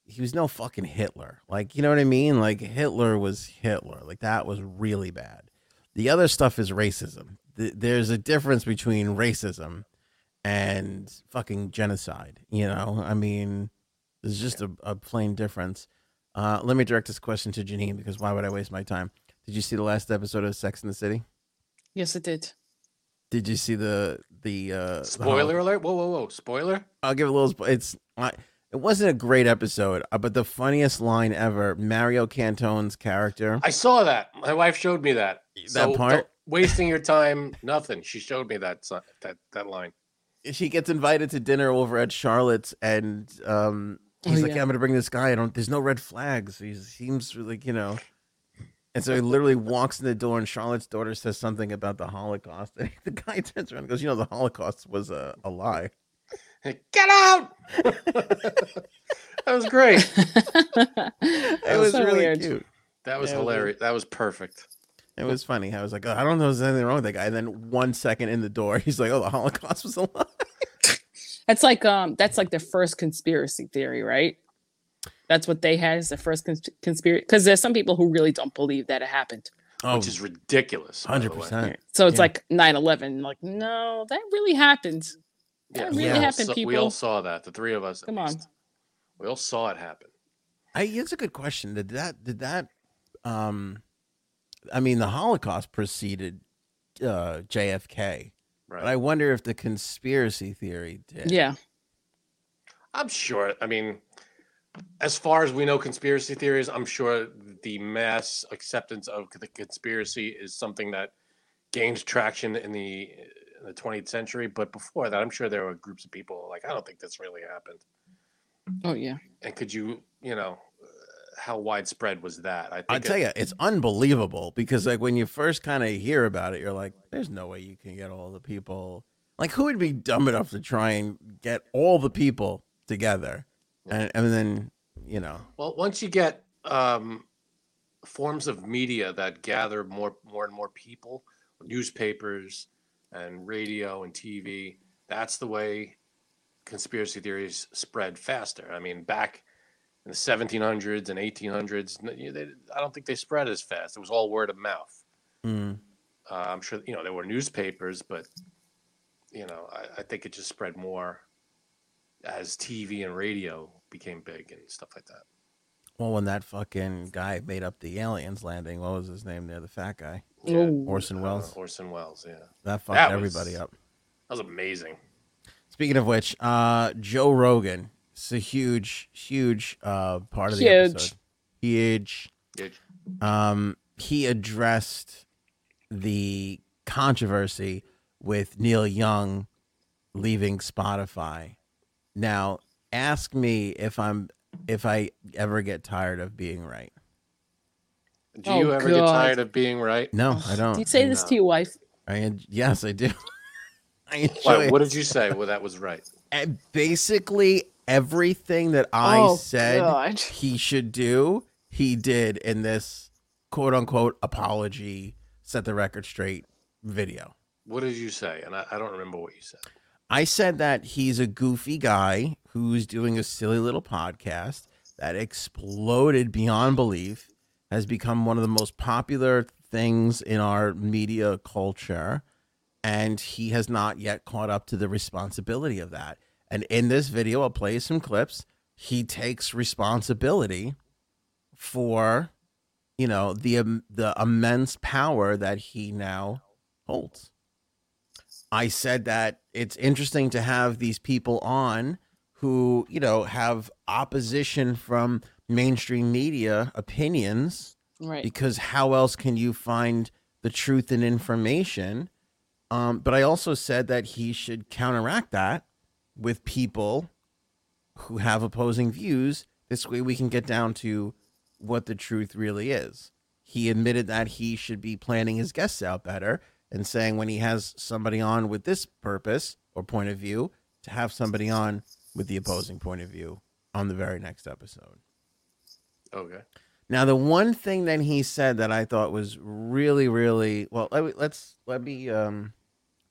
he was no fucking hitler like you know what i mean like hitler was hitler like that was really bad the other stuff is racism. Th- there's a difference between racism and fucking genocide. You know, I mean, there's just a, a plain difference. Uh, let me direct this question to Janine because why would I waste my time? Did you see the last episode of Sex in the City? Yes, it did. Did you see the the uh, the Spoiler alert! Whoa, whoa, whoa! Spoiler! I'll give a little. sp- It's I- it wasn't a great episode, uh, but the funniest line ever. Mario Cantone's character. I saw that. My wife showed me that. That part? don't- Wasting your time, nothing. She showed me that si- that that line. she gets invited to dinner over at Charlotte's, and um, Oh, he's like, yeah. yeah, "I'm gonna bring this guy. I don't. There's no red flags. He seems like you know." And so he literally walks in the door, and Charlotte's daughter says something about the Holocaust, and the guy turns around and goes, "You know, the Holocaust was a, a lie." Get out! that was great. It was so really weird. cute. That was Yeah, it was hilarious. That was perfect. It was funny. I was like, oh, "I don't know, if there's anything wrong with that guy." And then one second in the door, he's like, "Oh, the Holocaust was a lie." That's like um that's like the first conspiracy theory, right? That's what they had as the first cons- conspiracy because there's some people who really don't believe that it happened. Oh, Which is ridiculous. by the hundred way. percent. So it's Uh, Yeah. like 9/11 like no, that really happened. That really we all happened, saw- We people. all saw that. The three of us. at Come on. least. We all saw it happen. I, it's a good question. Did that? Did that? Um, I mean, the Holocaust preceded uh, JFK, Right. but I wonder if the conspiracy theory did. Yeah. I'm sure. I mean, as far as we know, conspiracy theories. I'm sure the mass acceptance of the conspiracy is something that gained traction in the in the 20th century. But before that, I'm sure there were groups of people like, I don't think this really happened. Oh yeah. And could you, you know, uh, how widespread was that? I think I tell it- you, it's unbelievable because like when you first kind of hear about it, you're like, "There's no way you can get all the people." Like, who would be dumb enough to try and get all the people together, and and then you know, Well, once you get um, forms of media that gather more, more and more people, newspapers and radio and TV, that's the way conspiracy theories spread faster. I mean, back in the 1700s and 1800s, n- you- they, I don't think they spread as fast. It was all word of mouth. mm, Uh, I'm sure you know there were newspapers, but you know I, I think it just spread more as TV and radio became big and stuff like that. well, when that fucking guy made up the aliens landing, what was his name there? The fat guy, Yeah. Ooh. Orson Welles. Uh, Orson Welles, yeah. That That fucked That everybody was- up. was amazing. Speaking of which, uh, Joe Rogan is a huge, huge uh, part of the Huge. episode. Huge. It- Um, he addressed the controversy with Neil Young leaving Spotify. Now, ask me if I'm if I ever get tired of being right. Do Oh, you ever get God. tired of being right? No, I Do you don't. say this to your wife? I en- yes, I do. I Why, enjoy what did you say? Well, that was right. and basically everything that I Oh, said God. he should do, he did in this quote unquote apology, set the record straight video. What did you say? And I, I don't remember what you said. I said that he's a goofy guy who's doing a silly little podcast that exploded beyond belief, has become one of the most popular things in our media culture, and he has not yet caught up to the responsibility of that. And in this video, I'll play some clips. He takes responsibility for, you know, the um, the immense power that he now holds. I said that it's interesting to have these people on who, you know, have opposition from mainstream media opinions Right. because how else can you find the truth and information? Um, but I also said that he should counteract that with people who have opposing views. This way we can get down to what the truth really is. He admitted that he should be planning his guests out better and saying when he has somebody on with this purpose or point of view, to have somebody on with the opposing point of view on the very next episode. Okay. Now, the one thing that he said that I thought was really, really well. Let me, let's let me um,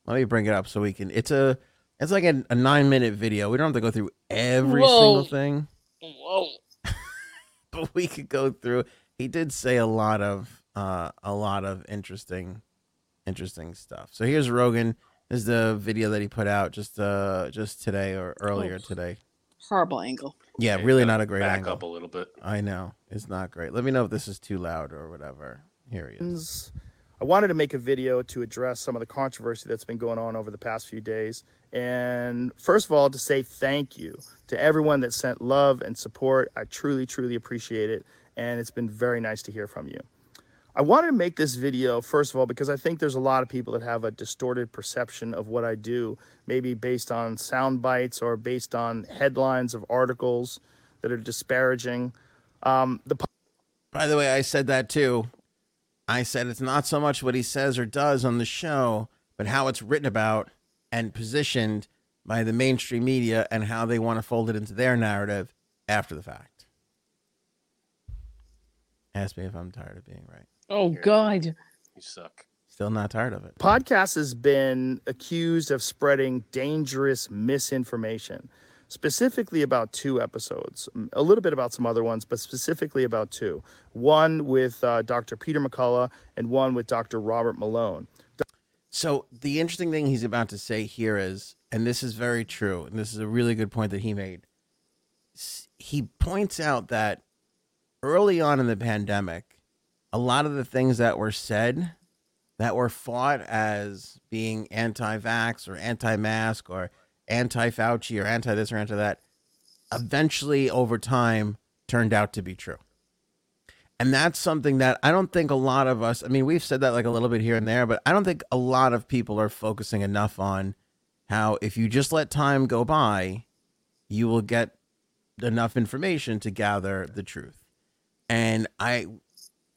let me bring it up so we can. It's a it's like a, a nine minute video. We don't have to go through every Whoa. single thing, Whoa. but we could go through. He did say a lot of uh, a lot of interesting interesting stuff. So here's Rogan. This is the video that he put out just uh just today or earlier Oh. today. Horrible angle. Yeah, Okay, really gotta not a great Back angle. up a little bit. I know it's not great. Let me know if this is too loud or whatever. Here he is. questions. I wanted to make a video to address some of the controversy that's been going on over the past few days. And first of all, to say thank you to everyone that sent love and support. I truly, truly appreciate it. And it's been very nice to hear from you. I wanted to make this video, first of all, because I think there's a lot of people that have a distorted perception of what I do, maybe based on sound bites or based on headlines of articles that are disparaging. Um, the By the way, I said that too. I said it's not so much what he says or does on the show, but how it's written about and positioned by the mainstream media and how they want to fold it into their narrative after the fact. Ask me if I'm tired of being right. Oh God. You suck. Still not tired of it. podcast has been accused of spreading dangerous misinformation specifically about two episodes a little bit about some other ones but specifically about two one with uh, dr peter mccullough and one with dr robert malone So the interesting thing he's about to say here is, and this is very true, and this is a really good point that he made. S- He points out that early on in the pandemic, a lot of the things that were said that were fought as being anti-vax or anti-mask or anti-Fauci or anti-this or anti-that, eventually over time turned out to be true. And that's something that I don't think a lot of us, I mean, we've said that like a little bit here and there, but I don't think a lot of people are focusing enough on how if you just let time go by, you will get enough information to gather the truth. And I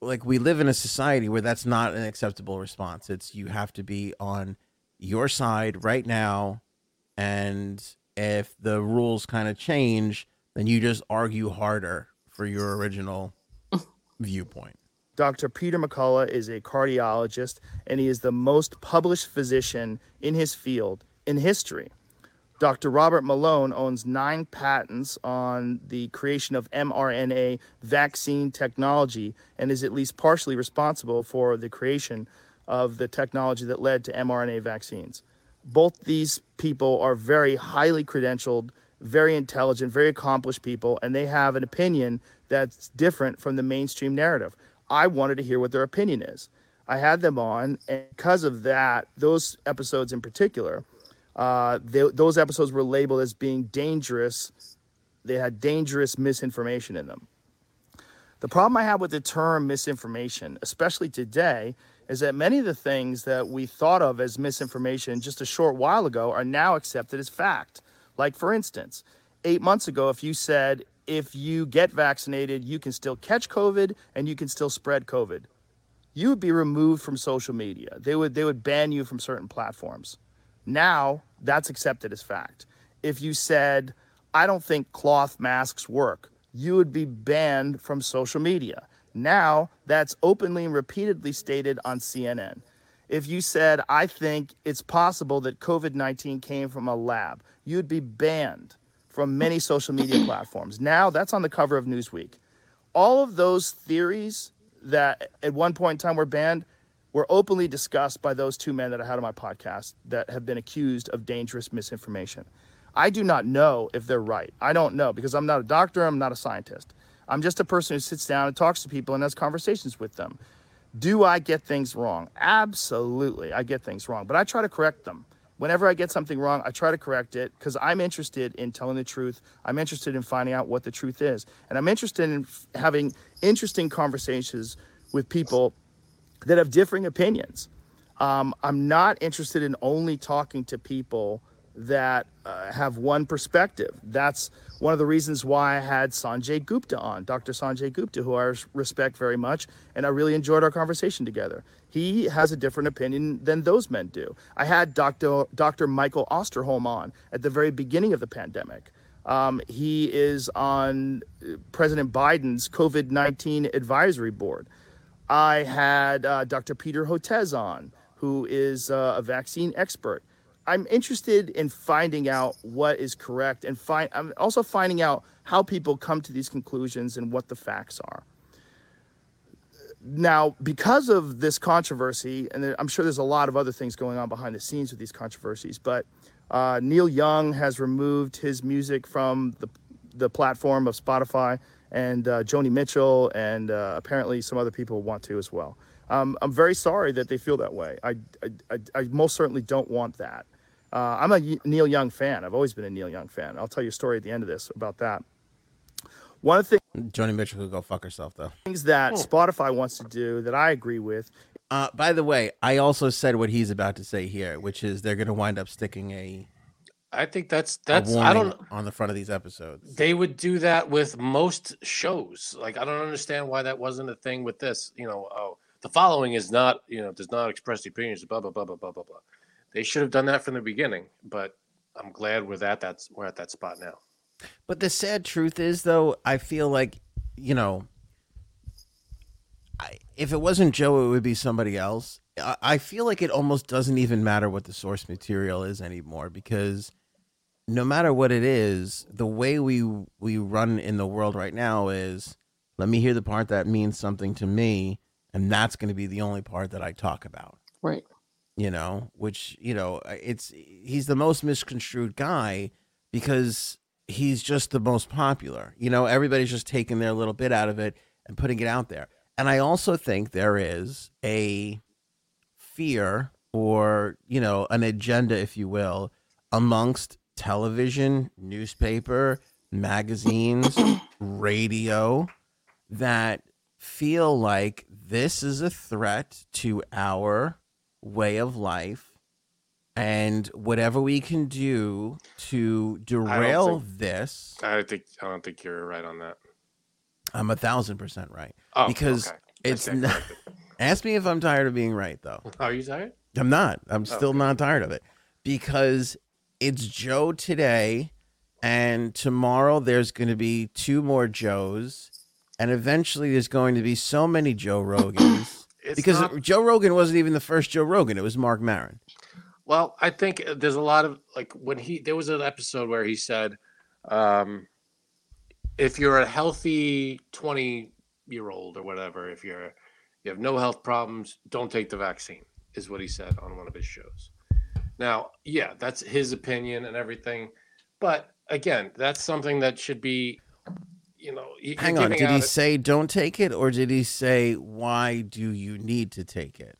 like we live in a society where that's not an acceptable response. It's you have to be on your side right now and if the rules kind of change, then you just argue harder for your original viewpoint. Dr. Peter McCullough is a cardiologist and he is the most published physician in his field in history. Dr. Robert Malone owns nine patents on the creation of mRNA vaccine technology and is at least partially responsible for the creation of the technology that led to mRNA vaccines. Both these people are very highly credentialed, very intelligent, very accomplished people, and they have an opinion that's different from the mainstream narrative. I wanted to hear what their opinion is. I had them on, and because of that, those episodes in particular, uh, they, those episodes were labeled as being dangerous. They had dangerous misinformation in them. The problem I have with the term misinformation, especially today, is that many of the things that we thought of as misinformation just a short while ago are now accepted as fact. Like, for instance, eight months ago, if you said if you get vaccinated, you can still catch COVID and you can still spread COVID. You would be removed from social media. They would they would ban you from certain platforms. Now that's accepted as fact. If you said, I don't think cloth masks work, you would be banned from social media. Now that's openly and repeatedly stated on CNN. If you said, I think it's possible that COVID 19 came from a lab, you'd be banned from many social media platforms. Now that's on the cover of Newsweek. All of those theories that at one point in time were banned were openly discussed by those two men that I had on my podcast that have been accused of dangerous misinformation. I do not know if they're right. I don't know because I'm not a doctor, I'm not a scientist. I'm just a person who sits down and talks to people and has conversations with them. Do I get things wrong? Absolutely, I get things wrong, but I try to correct them. Whenever I get something wrong, I try to correct it because I'm interested in telling the truth. I'm interested in finding out what the truth is. And I'm interested in f- having interesting conversations with people that have differing opinions. Um, I'm not interested in only talking to people that uh, have one perspective. That's one of the reasons why I had Sanjay Gupta on, Dr. Sanjay Gupta, who I res- respect very much, and I really enjoyed our conversation together. He has a different opinion than those men do. I had Dr. Dr. Michael Osterholm on at the very beginning of the pandemic. Um, he is on uh, President Biden's COVID 19 advisory board. I had uh, Dr. Peter Hotez on, who is uh, a vaccine expert. I'm interested in finding out what is correct and find I'm also finding out how people come to these conclusions and what the facts are. Now, because of this controversy, and there- I'm sure there's a lot of other things going on behind the scenes with these controversies, but uh, Neil Young has removed his music from the, the platform of Spotify, and uh, Joni Mitchell, and uh, apparently some other people want to as well. Um, I'm very sorry that they feel that way. I, I, I, I most certainly don't want that. Uh, I'm a Y- Neil Young fan. I've always been a Neil Young fan. I'll tell you a story at the end of this about that. One of the Joni Mitchell could go fuck herself though. things that Spotify wants to do that I agree with Uh, by the way, I also said what he's about to say here, which is they're going to wind up sticking a, I think that's a that's I warning don't on the front of these episodes. they would do that with most shows. Like I don't understand why that wasn't a thing with this. You know, oh, the following is not you know does not express the opinions. Blah blah blah blah blah blah blah. They should have done that from the beginning. But I'm glad we're that that's we're at that spot now. But the sad truth is, though, I feel like, you know, I, if it wasn't Joe, it would be somebody else. I, I feel like it almost doesn't even matter what the source material is anymore because no matter what it is, the way we we run in the world right now is let me hear the part that means something to me, and that's going to be the only part that I talk about Right. you know, which, you know, it's he's the most misconstrued guy because he's just the most popular. You know, everybody's just taking their little bit out of it and putting it out there. And I also think there is a fear or, you know, an agenda, if you will, amongst television, newspaper, magazines, radio that feel like this is a threat to our way of life and whatever we can do to derail this I don't think I don't think you're right on that. i'm a thousand percent right Oh, Because okay. I it's stand not- corrected. ask me if i'm tired of being right though Are Oh, you tired? I'm not. Oh, I'm still not tired of it because it's Joe today, and tomorrow there's going to be two more Joes, and eventually there's going to be so many Joe Rogans It's because not- Joe Rogan wasn't even the first Joe Rogan; it was Mark Maron. Well, I think uh, there's a lot of like when he there was an episode where he said, um, if you're a healthy 20 year old or whatever, if you're you have no health problems, don't take the vaccine, is what he said on one of his shows. Now, yeah, that's his opinion and everything, but again, that's something that should be, you know, you- you're Hang on, giving did he out- say don't take it, or did he say why do you need to take it?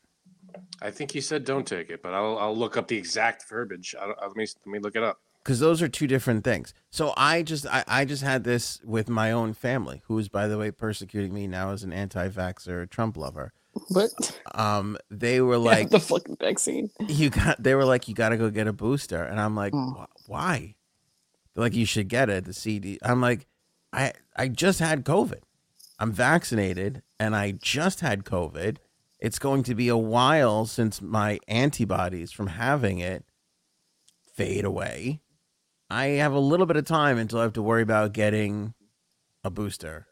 I think he said don't take it, but I'll I'll look up the exact verbiage. I, don't- I, let me let me look it up. because those are two different things. So I just I, I just had this with my own family, who is by the way persecuting me now as an anti-vaxxer Trump lover. But Um, they were like, the fucking vaccine. you got. They were like, you got to go get a booster, and I'm like, Mm. "Wh- why? They're like, you should get it. The CD. I'm like, I I just had COVID. I'm vaccinated and I just had COVID. It's going to be a while since my antibodies from having it fade away. I have a little bit of time until I have to worry about getting a booster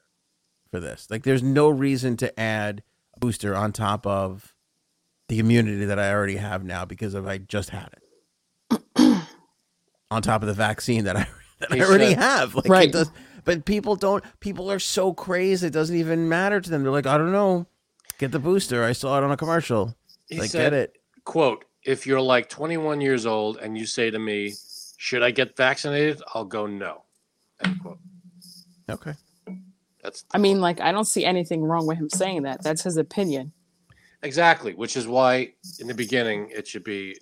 for this. Like there's no reason to add a booster on top of the immunity that I already have now because of I just had it. on top of the vaccine that I that I They already should. have. Like Right. it does but people don't people are so crazy it doesn't even matter to them. They're like, I don't know. Get the booster. I saw it on a commercial. He like said, get it. quote, if you're like 21 years old and you say to me, should I get vaccinated? I'll go no. End quote. Okay. That's I mean, like, I don't see anything wrong with him saying that. That's his opinion. exactly, which is why in the beginning it should be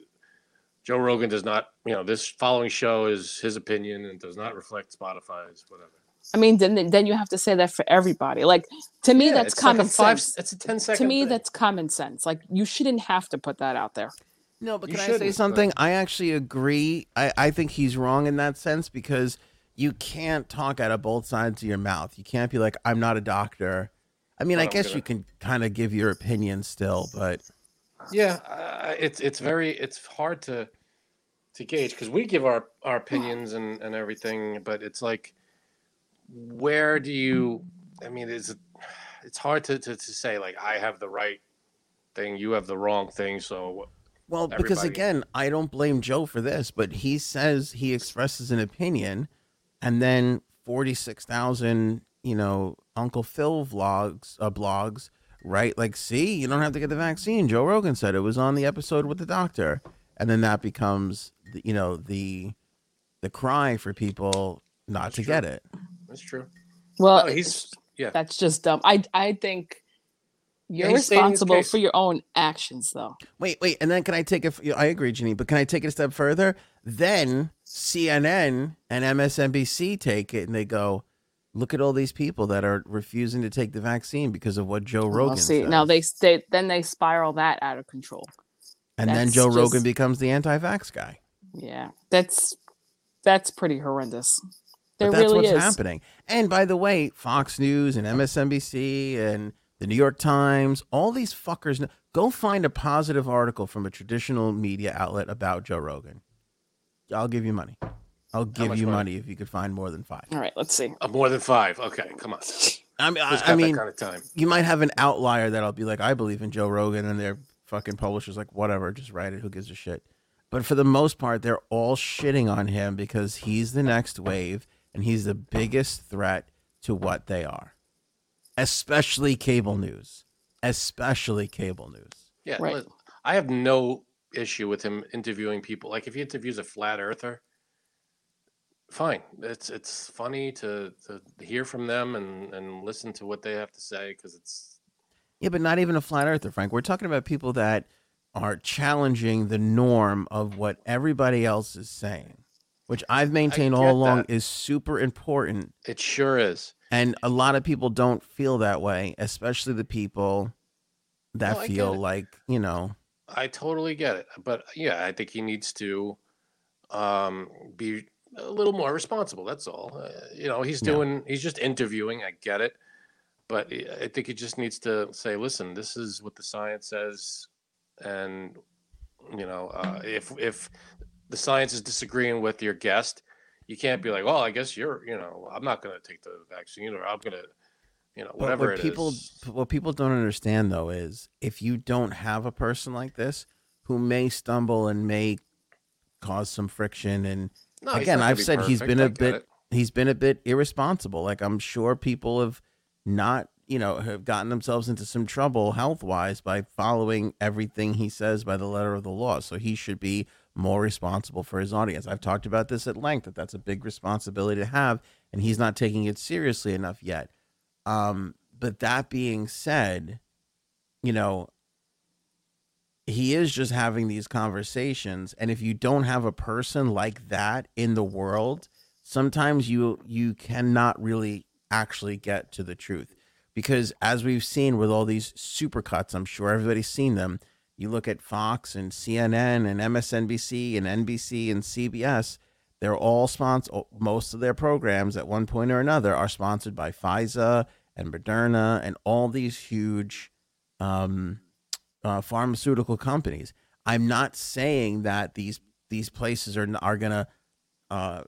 Joe Rogan does not, you know, this following show is his opinion and does not reflect Spotify's whatever. I mean, then then you have to say that for everybody. Like, to me, Yeah, that's it's like a common five- sense. It's a 10 second. To me, thing. that's common sense. Like, you shouldn't have to put that out there. No, but You can I shouldn't, say but- something? I actually agree. I, I think he's wrong in that sense because you can't talk out of both sides of your mouth. You can't be like, I'm not a doctor. I mean, I I don't guess get you it. can kind of give your opinion still, but yeah uh, it's it's very it's hard to to gauge because we give our our opinions and and everything but it's like where do you i mean is it it's hard to, to to say like i have the right thing you have the wrong thing so Well, because everybody. again, I don't blame Joe for this, but he says he expresses an opinion, and then forty-six thousand, you know, Uncle Phil vlogs, uh, blogs, right? Like, see, you don't have to get the vaccine. Joe Rogan said it was on the episode with the doctor, and then that becomes, the- you know, the the cry for people not That's to true. get it. that's true Well, oh, he's yeah that's just dumb. I I think you're he's stating his responsible case. for your own actions, though. Wait, wait, and then can I take it? I agree, Janine, but can I take it a step further? Then CNN and MSNBC take it and they go, "Look at all these people that are refusing to take the vaccine because of what Joe Well, Rogan see, said." now they they then they spiral that out of control. and then that's Joe just- Rogan becomes the anti-vax guy. Yeah, that's that's pretty horrendous. There but that's really what's is. happening. And by the way, Fox News and MSNBC and the New York Times, all these fuckers. kn- Go find a positive article from a traditional media outlet about Joe Rogan. I'll give you money. I'll give much you money? money if you could find more than five. All right, let's see. uh, more than five okay come on Who's I mean, I, got I mean, that kind of time you might have an outlier that'll be like, I believe in Joe Rogan, and their fucking publishers like, whatever, just write it. Who gives a shit? But for the most part, they're all shitting on him because he's the next wave, and he's the biggest threat to what they are, especially cable news, especially cable news. yeah Right. li- i have no issue with him interviewing people like if he interviews a flat earther fine it's it's funny to to hear from them and and listen to what they have to say because it's Yeah, but not even a flat earther, Frank. We're talking about people that are challenging the norm of what everybody else is saying, which I've maintained all get along that. is super important it sure is And a lot of people don't feel that way, especially the people that No, I get feel it. like, you know, i totally get it but yeah i think he needs to um be a little more responsible that's all uh, you know he's Yeah. doing he's just interviewing i get it but eh, i I think he just needs to say listen this is what the science says and you know uh, if if the science is disagreeing with your guest you can't be like well i guess you're you know i'm not going to take the vaccine or i'm going to you know but whatever what it is. people what people don't understand though is if you don't have a person like this who may stumble and may cause some friction and No, he's again, not gonna I've be said he's perfect, been I a get bit- it. he's been a bit irresponsible. Like I'm sure people have not, you know, have gotten themselves into some trouble health wise by following everything he says by the letter of the law. So he should be more responsible for his audience. I've talked about this at length that that's a big responsibility to have, and he's not taking it seriously enough yet. Um, but that being said, you know, he is just having these conversations and if you don't have a person like that in the world sometimes you you cannot really actually get to the truth because as we've seen with all these supercuts i'm sure everybody's seen them you look at fox and cnn and msnbc and nbc and cbs They're all sponsored. Most of their programs, at one point or another, are sponsored by Pfizer and Moderna and all these huge um, uh, pharmaceutical companies. I'm not saying that these these places are are gonna uh,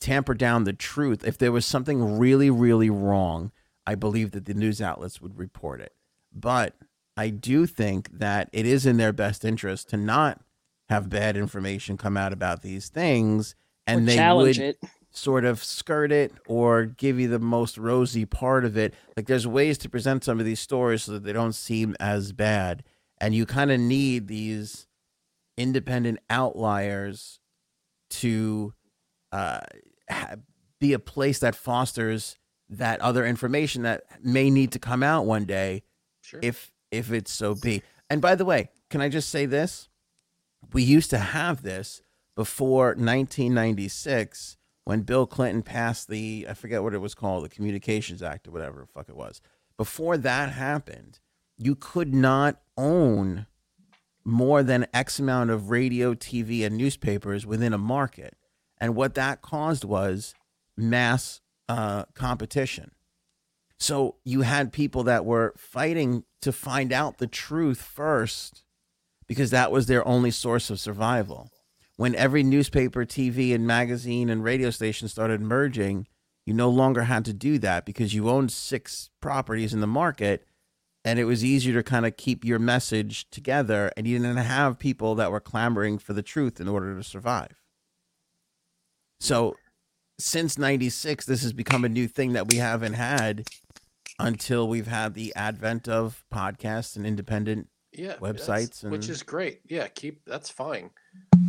tamper down the truth. If there was something really really wrong, I believe that the news outlets would report it. But I do think that it is in their best interest to not have bad information come out about these things, and or they challenge would it. sort of skirt it or give you the most rosy part of it. Like there's ways to present some of these stories so that they don't seem as bad. And you kind of need these independent outliers to uh, ha- be a place that fosters that other information that may need to come out one day Sure. if if it's so be. And by the way, can I just say this? We used to have this before 1996 when Bill Clinton passed the I forget what it was called, the Communications Act or whatever the fuck it was. Before that happened, you could not own more than X amount of radio, TV, and newspapers within a market. And what that caused was mass uh, competition. So you had people that were fighting to find out the truth first because that was their only source of survival. When every newspaper, TV, and magazine and radio station started merging, you no longer had to do that because you owned six properties in the market and it was easier to kind of keep your message together and you didn't have people that were clamoring for the truth in order to survive. So since 96 this has become a new thing that we haven't had until we've had the advent of podcasts and independent yeah websites that's- which and- is great yeah keep that's fine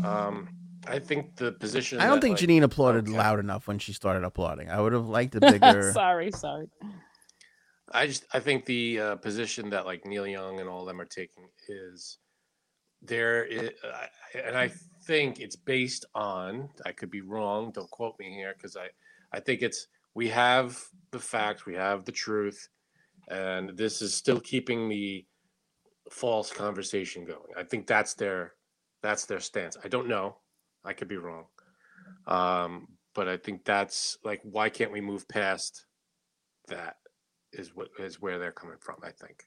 um i think the position i don't that, think like, janine applauded okay. loud enough when she started applauding i would have liked a bigger sorry, sorry. i just i think the uh, position that like neil young and all of them are taking is there is, and i think it's based on i could be wrong don't quote me here because i i think it's we have the facts we have the truth and this is still keeping the false conversation going i think that's their that's their stance i don't know i could be wrong um but i think that's like why can't we move past that is what is where they're coming from i think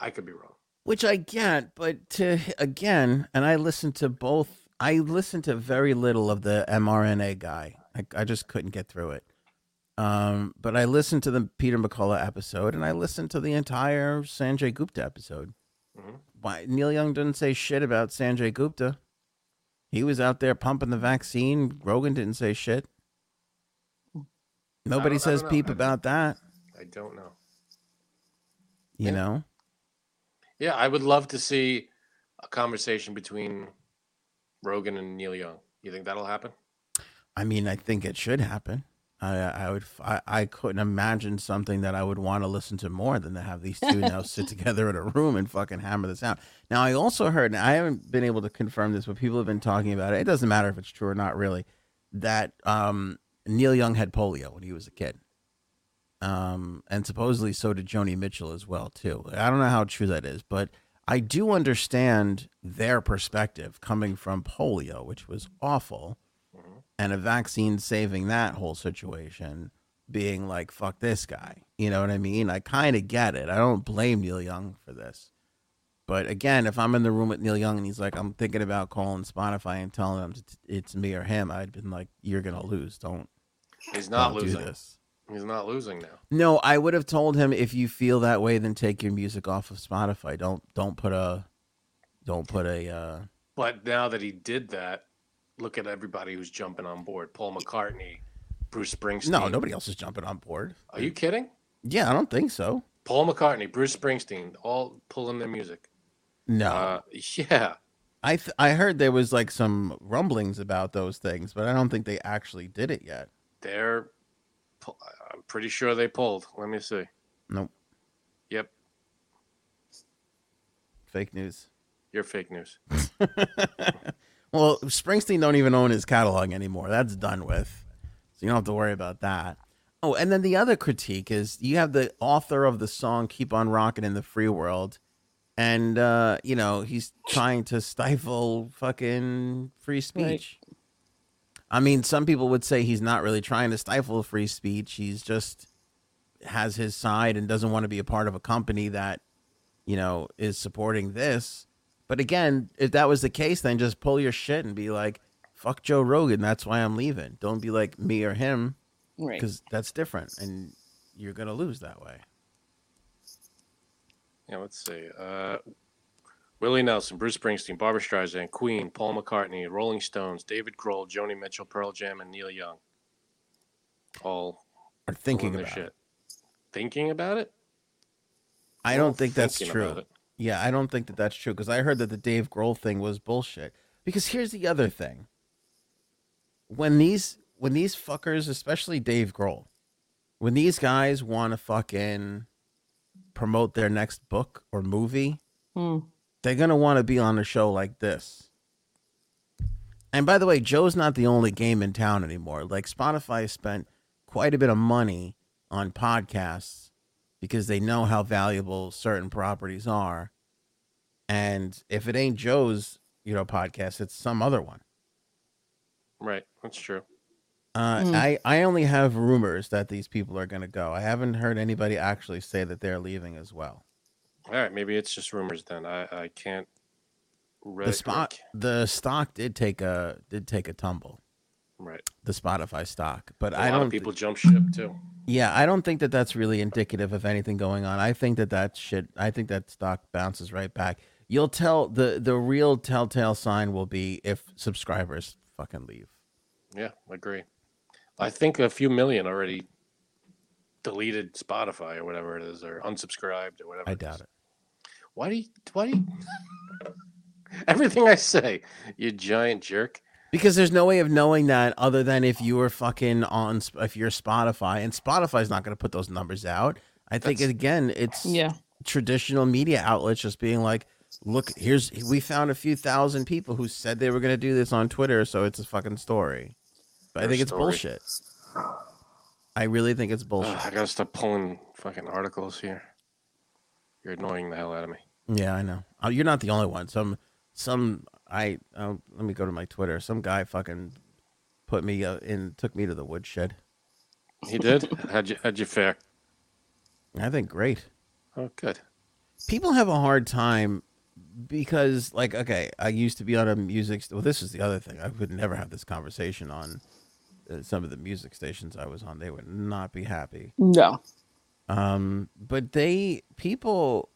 i could be wrong which i get but to again and i listened to both i listened to very little of the mrna guy i, I just couldn't get through it um, but i listened to the peter mccullough episode and i listened to the entire sanjay gupta episode Mhm. why Neil Young didn't say shit about Sanjay Gupta. He was out there pumping the vaccine. Rogan didn't say shit. Nobody I says don't know. peep I- about that, i don't know you Yeah. know. Yeah, I would love to see a conversation between Rogan and Neil Young. You think that'll happen? I mean, I think it should happen. I I would I, I couldn't imagine something that I would want to listen to more than to have these two now sit together in a room and fucking hammer this out. Now I also heard, and I haven't been able to confirm this, but people have been talking about it. It doesn't matter if it's true or not, really. That um, Neil Young had polio when he was a kid, um, and supposedly so did Joni Mitchell as well too. I don't know how true that is, but I do understand their perspective coming from polio, which was awful and a vaccine saving that whole situation being like fuck this guy you know what i mean i kind of get it i don't blame neil young for this but again if i'm in the room with neil young and he's like i'm thinking about calling spotify and telling them t- it's me or him i'd been like you're gonna lose don't, He's not don't do losing. this He's not losing now. no i would have told him if you feel that way then take your music off of spotify don't don't put a don't put a uh But now that he did that, look at everybody who's jumping on board. Paul McCartney, Bruce Springsteen. no nobody else is jumping on board Are you kidding? yeah i don't think so Paul McCartney, Bruce Springsteen, all pulling their music. no Uh, yeah. I th- I heard there was like some rumblings about those things, but I don't think they actually did it yet. They're pu- I'm pretty sure they pulled. Let me see. Nope, Yep, fake news. you're fake news. Well, Springsteen don't even own his catalog anymore. That's done with, so you don't have to worry about that. Oh, and then the other critique is you have the author of the song "Keep on Rockin' in the Free World," and uh, you know he's trying to stifle fucking free speech. I mean, some people would say he's not really trying to stifle free speech. He's just has his side and doesn't want to be a part of a company that, you know, is supporting this. But again, if that was the case, then just pull your shit and be like, fuck Joe Rogan. That's why I'm leaving. Don't be like me or him Right. because that's different and you're going to lose that way. Yeah, let's see. Uh, Willie Nelson, Bruce Springsteen, Barbara Streisand, Queen, Paul McCartney, Rolling Stones, David Grohl, Joni Mitchell, Pearl Jam, and Neil Young. All Or thinking thinking their about shit. it. Thinking about it? I Well, don't think that's thinking about true. it. Yeah, I don't think that that's true because I heard that the Dave Grohl thing was bullshit. Because here's the other thing: when these when these fuckers, especially Dave Grohl, when these guys want to fucking promote their next book or movie, Hmm. they're gonna want to be on a show like this. And by the way, Joe's not the only game in town anymore. Like Spotify spent quite a bit of money on podcasts because they know how valuable certain properties are. And if it ain't Joe's, you know, podcast, it's some other one. Right, that's true. Uh, Mm. I I only have rumors that these people are gonna go. I haven't heard anybody actually say that they're leaving as well. All right, maybe it's just rumors then. I, I can't. Re- The spot, the stock did take a did take a tumble. Right. The Spotify stock, but A I lot don't. of people jump ship too. Yeah, I don't think that that's really indicative of anything going on. I think that that shit. I think that stock bounces right back. You'll tell the the real telltale sign will be if subscribers fucking leave. Yeah, agree. I think a few million already deleted Spotify or whatever it is, or unsubscribed or whatever. I is. doubt it. Why do you? Why do you? Everything I say, you giant jerk. Because there's no way of knowing that other than if you were fucking on Sp- if you're Spotify and Spotify's not going to put those numbers out. I think That's- again, it's Yeah. traditional media outlets just being like, look, here's we found a few thousand people who said they were going to do this on Twitter, so it's a fucking story. But I Their think it's story. bullshit. I really think it's Ugh, I bullshit. gotta stop pulling fucking articles here. You're annoying the hell out of me. yeah, I know. Oh, you're not the only one. Some, some. I oh, let me go to my Twitter. Some guy fucking put me uh, in, took me to the woodshed. He did. how'd you? How'd you fare? I think great. Oh, good. people have a hard time because like okay i used to be on a music st- well this is the other thing i would never have this conversation on uh, some of the music stations i was on they would not be happy No. um but they people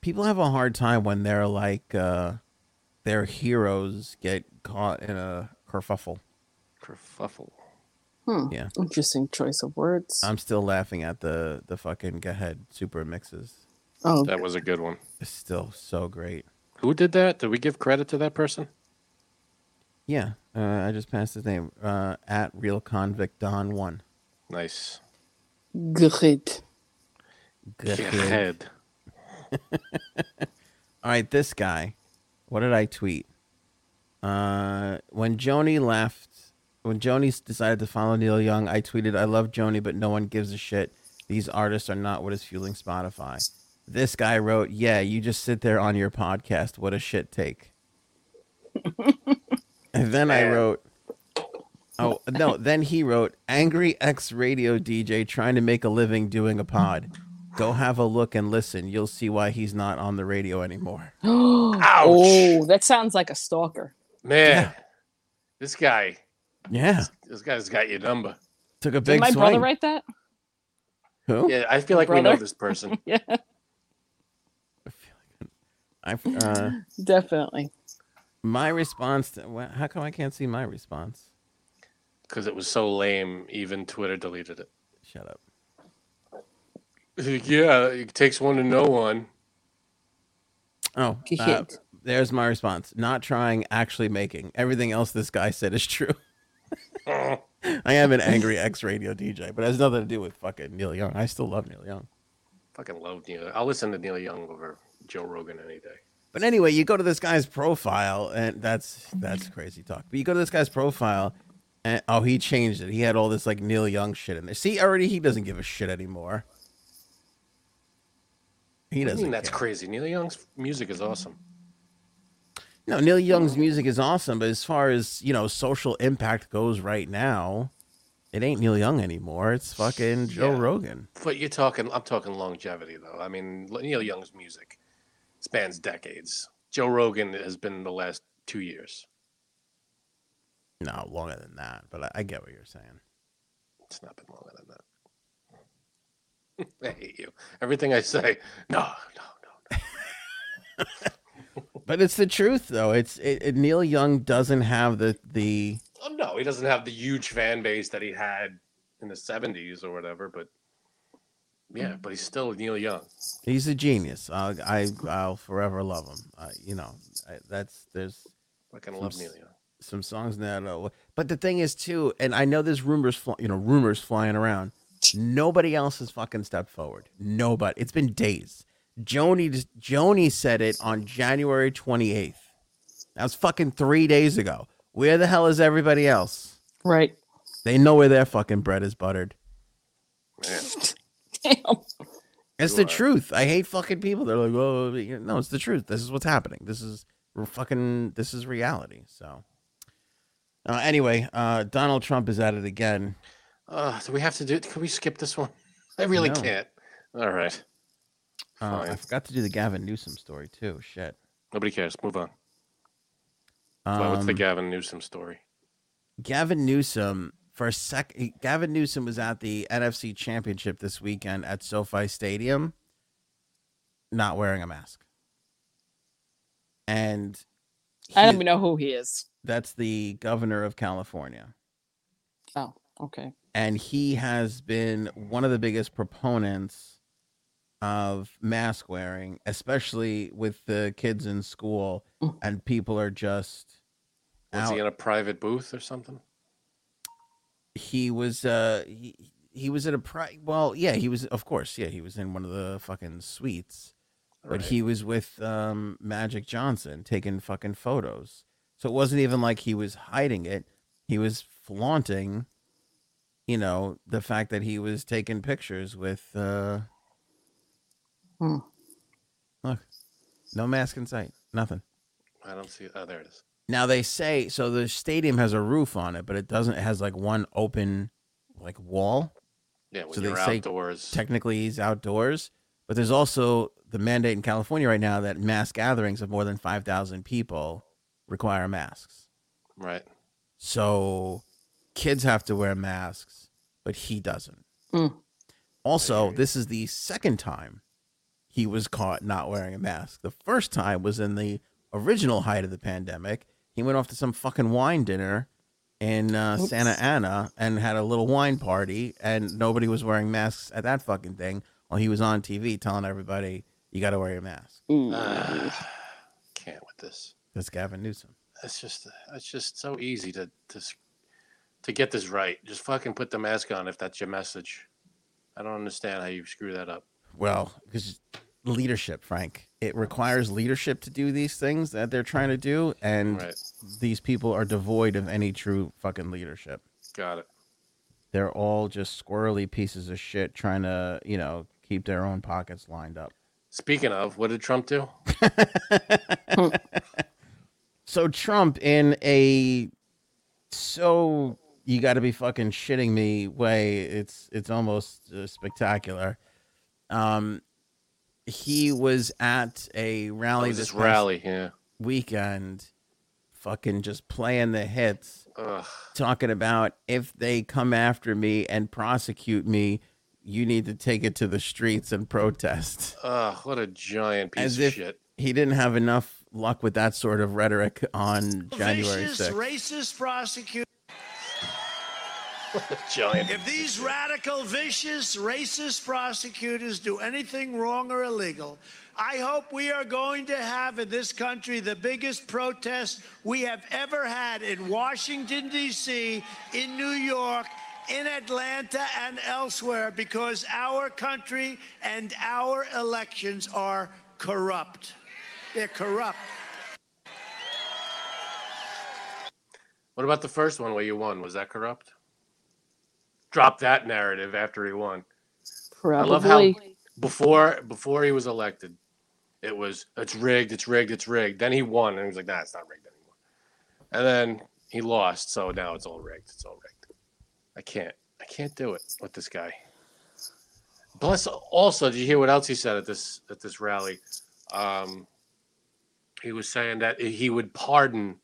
people have a hard time when they're like uh their heroes get caught in a kerfuffle Kerfuffle. Interesting choice of words. i'm still laughing at the the fucking go ahead super mixes oh, That was a good one. it's still so great Who did that? Did we give credit to that person? Yeah, uh, I just passed his name uh, at Real Convict Don One. Nice. great. Good Yeah, kid. head. All right, this guy. What did I tweet? Uh, when Joni left, when Joni s- decided to follow Neil Young, I tweeted, "I love Joni, but no one gives a shit. These artists are not what is fueling Spotify." This guy wrote, "Yeah, you just sit there on your podcast. What a shit take." and then I Man. wrote, "Oh no!" Then he wrote, "Angry ex radio DJ trying to make a living doing a pod." Go have a look and listen. You'll see why he's not on the radio anymore. Oh, that sounds like a stalker. Man, this guy, Yeah, this guy's got your number. took a Did big my swing. brother write that? Who? Yeah, I feel like we know brother? this person. Yeah, I, uh, definitely. my response. To, wha- how come I can't see my response? because it was so lame. Even Twitter deleted it. Shut up. Yeah, it takes one to know one. Oh, Get uh, hit. there's my response. Not trying, actually making. Everything else this guy said is true. I am an angry ex radio DJ, but it has nothing to do with fucking Neil Young. I still love Neil Young. Fucking love Neil. I'll listen to Neil Young over Joe Rogan any day. But anyway, you go to this guy's profile, and that's that's crazy talk. But you go to this guy's profile, and oh, he changed it. He had all this like Neil Young shit in there. See, already he doesn't give a shit anymore. He I doesn't. mean, that's care. crazy. Neil Young's music is awesome. No, Neil Young's music is awesome, but as far as you know, social impact goes right now, it ain't Neil Young anymore. It's fucking Joe Yeah. Rogan. But you're talking, I'm talking longevity though. I mean, Neil Young's music spans decades. Joe Rogan has been the last two years. No, longer than that. But I, I get what you're saying. It's not been longer than that. I hate you. Everything I say, no, no, no. But it's the truth, though. It's it, it, Neil Young doesn't have the the Oh, no, he doesn't have the huge fan base that he had in the 70s or whatever, but yeah, but he's still Neil Young. He's a genius. I'll, I I'll forever love him. Uh, you know, I, that's there's Fucking love Oops. Neil Young. some songs in that. Uh, but the thing is, too, and I know there's rumors, fl- you know, rumors flying around. Nobody else has fucking stepped forward. Nobody. It's been days. Joni just- Joni said it on January 28th. That was fucking three days ago. Where the hell is everybody else? Right. They know where their fucking bread is buttered. Man, Damn. It's You the are- truth. I hate fucking people. They're like, oh, you know," no, it's the truth. This is what's happening. This is we're fucking. This is reality. So, uh, anyway, uh, Donald Trump is at it again. uh, do we have to do Can we skip this one? I really No. can't. All right. Uh, I Fine. forgot to do the Gavin Newsom story too. Shit. Nobody cares. Move on. Well, what's Um, the Gavin Newsom story? Gavin Newsom for a sec. Gavin Newsom was at the NFC Championship this weekend at SoFi Stadium, not wearing a mask, and I don't he- even know who he is. that's the governor of California. Oh, okay. and he has been one of the biggest proponents of mask wearing, especially with the kids in school, Mhm. and people are just Mm. Was he out. in a private booth or something? He was uh he, he was at a pri well yeah he was of course yeah he was in one of the fucking suites, but Right. he was with um Magic Johnson taking fucking photos, so it wasn't even like he was hiding it. He was flaunting, you know, the fact that he was taking pictures with. uh Hmm. Look, no mask in sight, nothing. I don't see. Oh, there it is. Now they say so the stadium has a roof on it, but it doesn't. It has like one open, like wall. Yeah, when So they you're say outdoors. Technically, he's outdoors, but there's also the mandate in California right now that mass gatherings of more than five thousand people require masks. right. So kids have to wear masks, but he doesn't. Mm. Also, Okay. this is the second time he was caught not wearing a mask. The first time was in the original height of the pandemic. He went off to some fucking wine dinner in uh, Oops. Santa Ana and had a little wine party, and nobody was wearing masks at that fucking thing. While he was on TV telling everybody, "You got to wear your mask." Mm, Uh, can't with this. That's Gavin Newsom. It's just it's just so easy to to s- to get this right. Just fucking put the mask on if that's your message. I don't understand how you screw that up. Well, because leadership, Frank, it requires leadership to do these things that they're trying to do, and Right. these people are devoid of any true fucking leadership. Got it. They're all just squirrely pieces of shit trying to, you know, keep their own pockets lined up. Speaking of, what did Trump do? So Trump, in a so you got to be fucking shitting me way, it's it's almost uh, spectacular. Um, he was at a Oh, rally this past- rally. Yeah. weekend fucking just playing the hits Ugh. talking about if they come after me and prosecute me you need to take it to the streets and protest Ugh. What a giant piece As of if shit. he didn't have enough luck with that sort of rhetoric on january vicious, 6th racist prosecutors. Giant. If these radical, vicious, racist prosecutors do anything wrong or illegal, I hope we are going to have in this country the biggest protest we have ever had in Washington, D.C., in New York, in Atlanta, and elsewhere because our country and our elections are corrupt. They're corrupt. What about the first one where you won? Was that corrupt? Drop that narrative after he won. Probably. Oh love how- Before before he was elected, It was it's rigged, it's rigged, it's rigged. Then he won, and he was like, nah, it's not rigged anymore. And then he lost, so now it's all rigged. It's all rigged. I can't, I can't do it with this guy. Plus, also, did you hear what else he said at this at this rally? Um, he was saying that he would pardon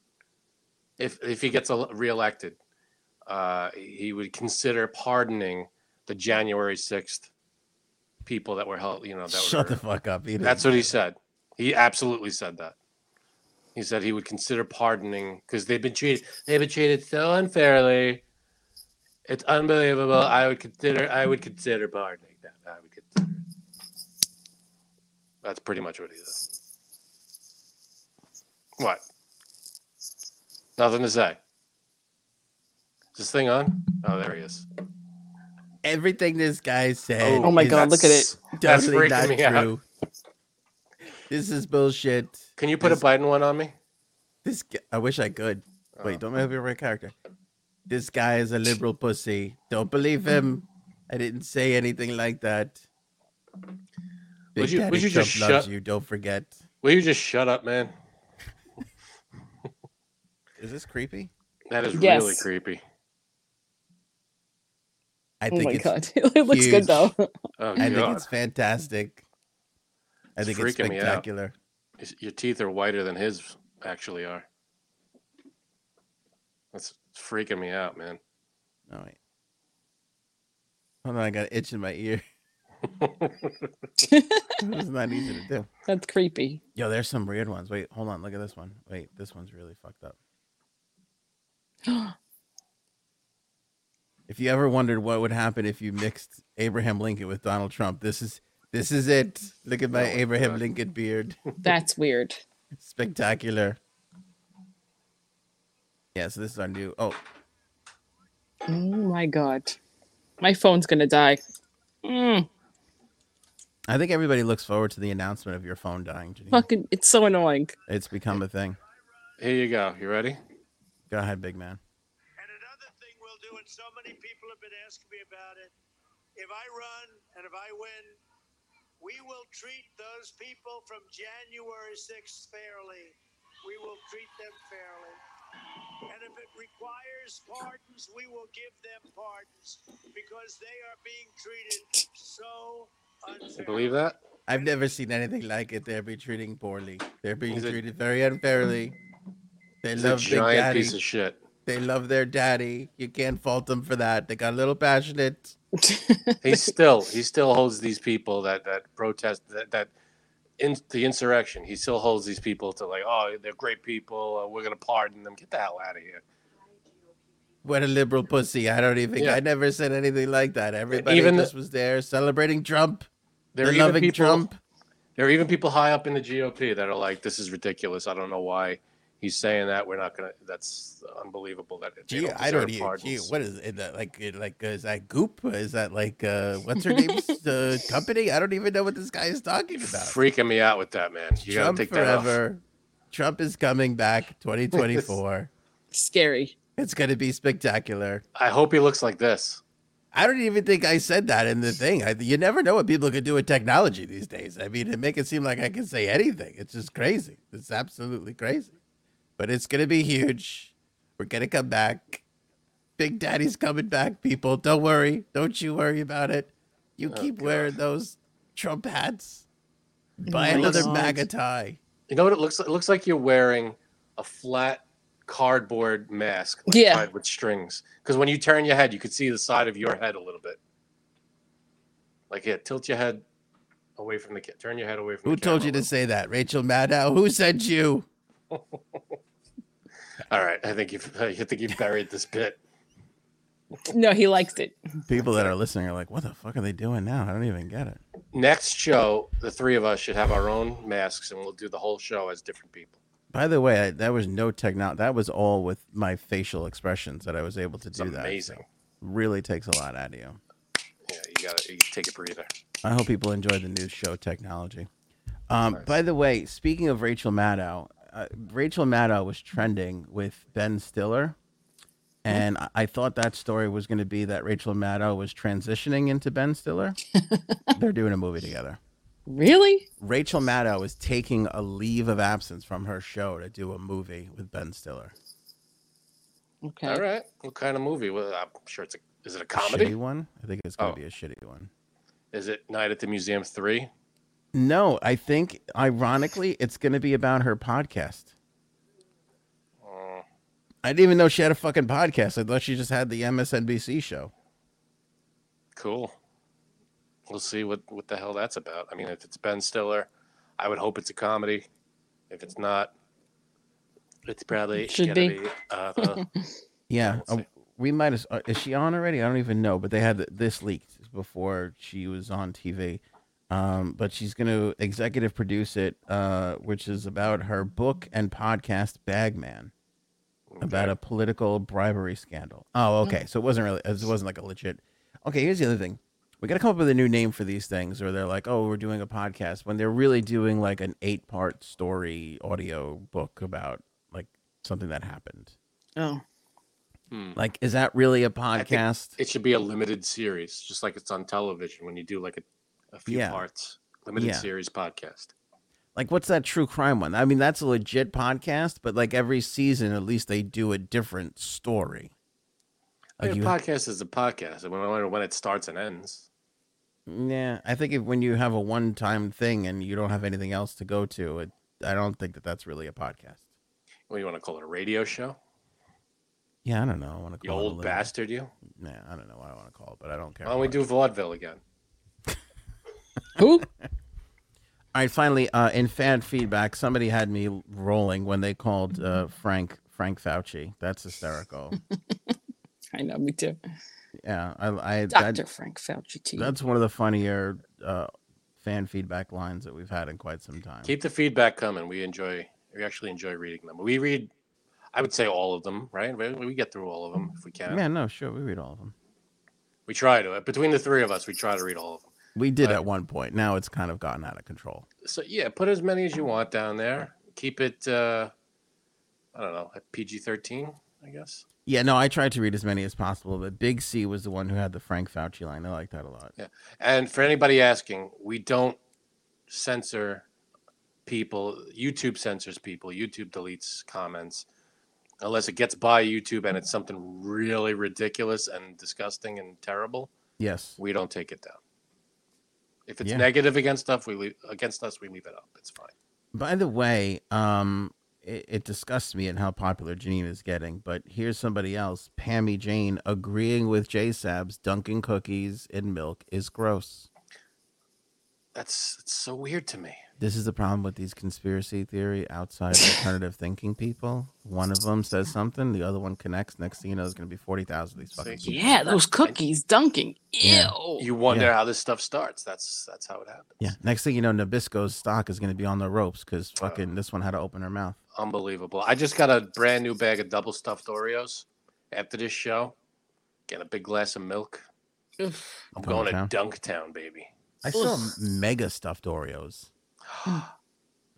if if he gets el- reelected. Uh, he would consider pardoning the January sixth people that were held. You know, that Shut were, the fuck up. Eat it. that's what he said. He absolutely said that. He said he would consider pardoning because they've been treated they've been treated so unfairly. It's unbelievable. I would consider I would consider pardoning them. I would consider. it. That's pretty much what he said. What? Nothing to say. Is this thing on? Oh, there he is. everything this guy said. Oh my is God, look at it. That's definitely freaking me not out. true. This is bullshit. Can you put a This- Biden one on me? This g I I wish I could. Wait, don't make up your right character. This guy is a liberal pussy. Don't believe him. I didn't say anything like that. Big Would you- Daddy would you Trump just loves shut- you. Don't forget. Will you just shut up, man? Is this creepy? That is Yes. really creepy. I Oh think my it's god, it looks huge. good though. Oh, I think God. it's fantastic. I It's think it's freaking me out. spectacular. His- Your teeth are whiter than his actually are. That's freaking me out, man. Oh wait. Hold on, I got an itch in my ear. it's not easy to do. That's creepy. Yo, there's some weird ones. Wait, hold on. Look at this one. Wait, this one's really fucked up. If you ever wondered what would happen if you mixed Abraham Lincoln with Donald Trump, this is this is it. Look at my Oh my Abraham God. Lincoln beard. That's weird. Spectacular. Yeah, so this is our new oh Oh my god, my phone's gonna die. Mm, I think everybody looks forward to the announcement of your phone dying, Janine. fucking, it's so annoying. It's become a thing. Here you go. You ready? Go ahead, big man. And another thing we'll do, and so many people have been asking me about it. If I run and if I win, we will treat those people from January 6th fairly. We will treat them fairly. And if it requires pardons, we will give them pardons because they are being treated so You unfairly. believe that? I've never seen anything like it. They're being treating poorly. They're being He's a- treated very unfairly. They He's a love Big giant Daddy. piece of shit. They love their daddy. You can't fault them for that. They got a little passionate. He still he still holds these people that that protest that that in the insurrection. He still holds these people to like, oh, they're great people. Uh, we're gonna pardon them. Get the hell out of here. What a liberal pussy. I don't even Yeah. I never said anything like that. Everybody even the- just was there celebrating Trump. There They're are even loving people. Trump. There are even people high up in the GOP that are like, this is ridiculous. I don't know why he's saying that. We're not gonna. That's unbelievable. That they Gee, I don't deserve even. Gee, pardons." what is it that, like? it- Like, uh, is that Goop? Is that like uh, what's her name's uh, company? I don't even know what this guy is talking about. freaking me out with that, man. You Trump gotta take that off. forever. Trump is coming back 2024. Scary. it's going to be spectacular. I hope he looks like this. I don't even think I said that in the thing. I, you never know what people could do with technology these days. I mean, it make it seem like I can say anything. It's just crazy. It's absolutely crazy. But it's going to be huge. We're going to come back. Big Daddy's coming back, people. Don't worry. Don't you worry about it. You keep wearing those Trump hats. Buy my another God. MAGA tie. You know what it looks like? It looks like you're wearing a flat cardboard mask like, Yeah. tied with strings. Because when you turn your head, you could see the side of your head a little bit. Like, yeah, tilt your head away from the ca- turn your head away from Who the told you to camera. say that? Rachel Maddow? Who sent you? All right, I think you've I think you've buried this bit. No, he liked it. People that are listening are like, what the fuck are they doing now? I don't even get it. Next show, the three of us should have our own masks, and we'll do the whole show as different people. By the way, I, that was no technology. That was all with my facial expressions that I was able to It's do that. amazing. so really takes a lot out of you. Yeah, you gotta you take a breather. I hope people enjoy the new show technology. Um, By the way, speaking of Rachel Maddow, uh, Rachel Maddow was trending with Ben Stiller. Hmm? And I- I thought that story was going to be that Rachel Maddow was transitioning into Ben Stiller. They're doing a movie together. Really? Rachel Maddow is taking a leave of absence from her show to do a movie with Ben Stiller. Okay. All right. What kind of movie? Well, I'm sure it's a. Is it a Shitty comedy? one? I think it's going Oh. to be a shitty one. Is it Night at the Museum Three? No, I think ironically it's going to be about her podcast. Oh. I didn't even know she had a fucking podcast. I thought she just had the MSNBC show. Cool. We'll see what what the hell that's about. I mean, if it's Ben Stiller, I would hope it's a comedy. If it's not, it's probably gonna Should be. uh, uh, Yeah, Let's uh, we might. As, uh, is she on already? I don't even know. But they had th- this leaked before she was on TV. Um, but she's going to executive produce it, uh, which is about her book and podcast Bagman, about a political bribery scandal. Oh, okay. So it wasn't really. It wasn't like a legit. Okay, here's the other thing. We got to come up with a new name for these things, or they're like, "Oh, we're doing a podcast," when they're really doing like an eight-part story audio book about like something that happened. Oh. Like, is that really a Hmm. think- podcast? it should be a limited series, just like it's on television when you do like a, a few Yeah. parts. Limited Yeah. series podcast. like, what's that true crime one? I mean, that's a legit podcast, but like every season, at least they do a different story. I Like mean, Oh, you, a podcast is a podcast. I wonder when it starts and ends. yeah, I think if when you have a one-time thing and you don't have anything else to go to, it, I don't think that that's really a podcast. What do you want to call it? A radio show? Yeah, I don't know. I want to You call it a old little- bastard, you. Nah, I don't know what I want to call it, but I don't care. Why don't we about it. do vaudeville again? All Who? right, finally, uh, in fan feedback, somebody had me rolling when they called uh, Frank Frank Fauci. That's hysterical. I know, me too. yeah, I, I that- Dr. Frank Fauci E. T. That's one of the funnier uh, fan feedback lines that we've had in quite some time. Keep the feedback coming. We enjoy. We actually enjoy reading them. We read. I would say all of them, right? We, we get through all of them if we can. yeah, no, sure, we read all of them. We try to. Between the three of us, we try to read all of them. We did Uh, at one point. Now it's kind of gotten out of control. So yeah, put as many as you want down there. Keep it. uh I don't know. At PG thirteen, I guess. Yeah, no, I tried to read as many as possible, but Big C was the one who had the Frank Fauci line. I like that a lot. And for anybody asking, we don't censor people. YouTube censors people. YouTube deletes comments unless it gets by YouTube and it's something really ridiculous and disgusting and terrible. Yes. we don't take it down. If it's Yeah. negative against stuff, we leave against us, we leave it up. It's fine. By the way, um, it, it disgusts me at how popular Janine is getting, but here's somebody else, Pammy Jane, agreeing with J Sab's dunking cookies in milk is gross. That's it's so weird to me. This is the problem with these conspiracy theory outside alternative thinking people. One of them says something, the other one connects. Next thing you know, there's going to be 40,000 of these fucking See? people. yeah, those cookies dunking. Ew. Yeah. You wonder how this stuff starts. That's that's how it happens. Yeah. Next thing you know, Nabisco's stock is going to be on the ropes because fucking this one had to open her mouth. Unbelievable. I just got a brand new bag of double stuffed Oreos after this show. Get a big glass of milk. Oof. I'm Dunk going Town. to Dunktown, baby. I saw mega stuffed Oreos.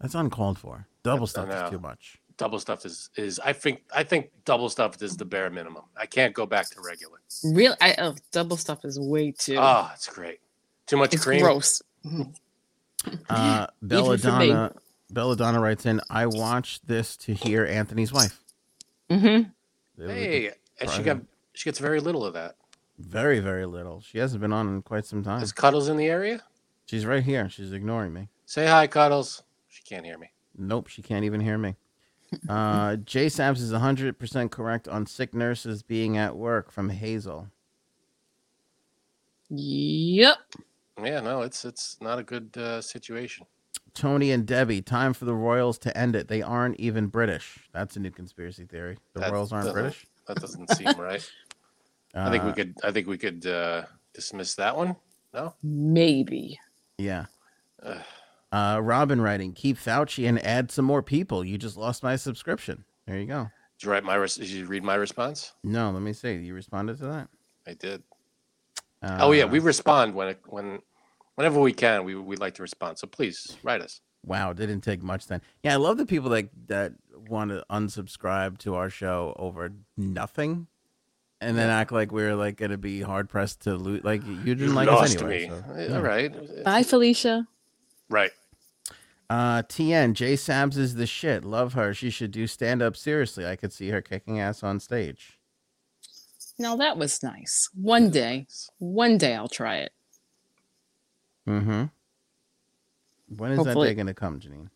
That's uncalled for. Double stuffed know. is too much. Double stuffed is is I think I think double stuffed is the bare minimum. I can't go back to regular. Real I oh, double stuff is way too Ah, it's great. Too much it's cream. gross. Uh, Even for me. Belladonna, Belladonna writes in I watched this to hear Anthony's wife. Mm-hmm. It was Hey, and she got Brian. she gets very little of that. Very, very little. She hasn't been on in quite some time. Is Cuddles in the area? She's right here. She's ignoring me. Say hi, Cuddles. She can't hear me. Nope, she can't even hear me. Uh, J Sabs is 100% correct on sick nurses being at work from Hazel. Yep. Yeah, no, it's it's not a good uh, situation. Tony and Debbie, time for the Royals to end it. They aren't even British. That's a new conspiracy theory. The That Royals aren't doesn't- British. That doesn't seem right. I think we Uh, could I think we could uh, dismiss that one. No, Maybe. Yeah. Ugh. Uh, Robin writing, keep Fauci and add some more people. You just lost my subscription. There you go. did you write my res- did you read my response? No, let me see. You responded to that? I did. Uh, oh yeah, we respond when it, when whenever we can. We we like to respond. So please write us. Wow, it didn't take much then. Yeah, I love the people that that want to unsubscribe to our show over nothing, and then act like we're like gonna be hard pressed to lose. Like you didn't like us Lost anyway. me. so, Eh, yeah. All right. Bye, Felicia. Right. Uh, TN, Jay Sabs is the shit. Love her. She should do stand up seriously. I could see her kicking ass on stage. Now that was nice. One day, one day I'll try it. Mm hmm. When is Hopefully. that day going to come, Janine?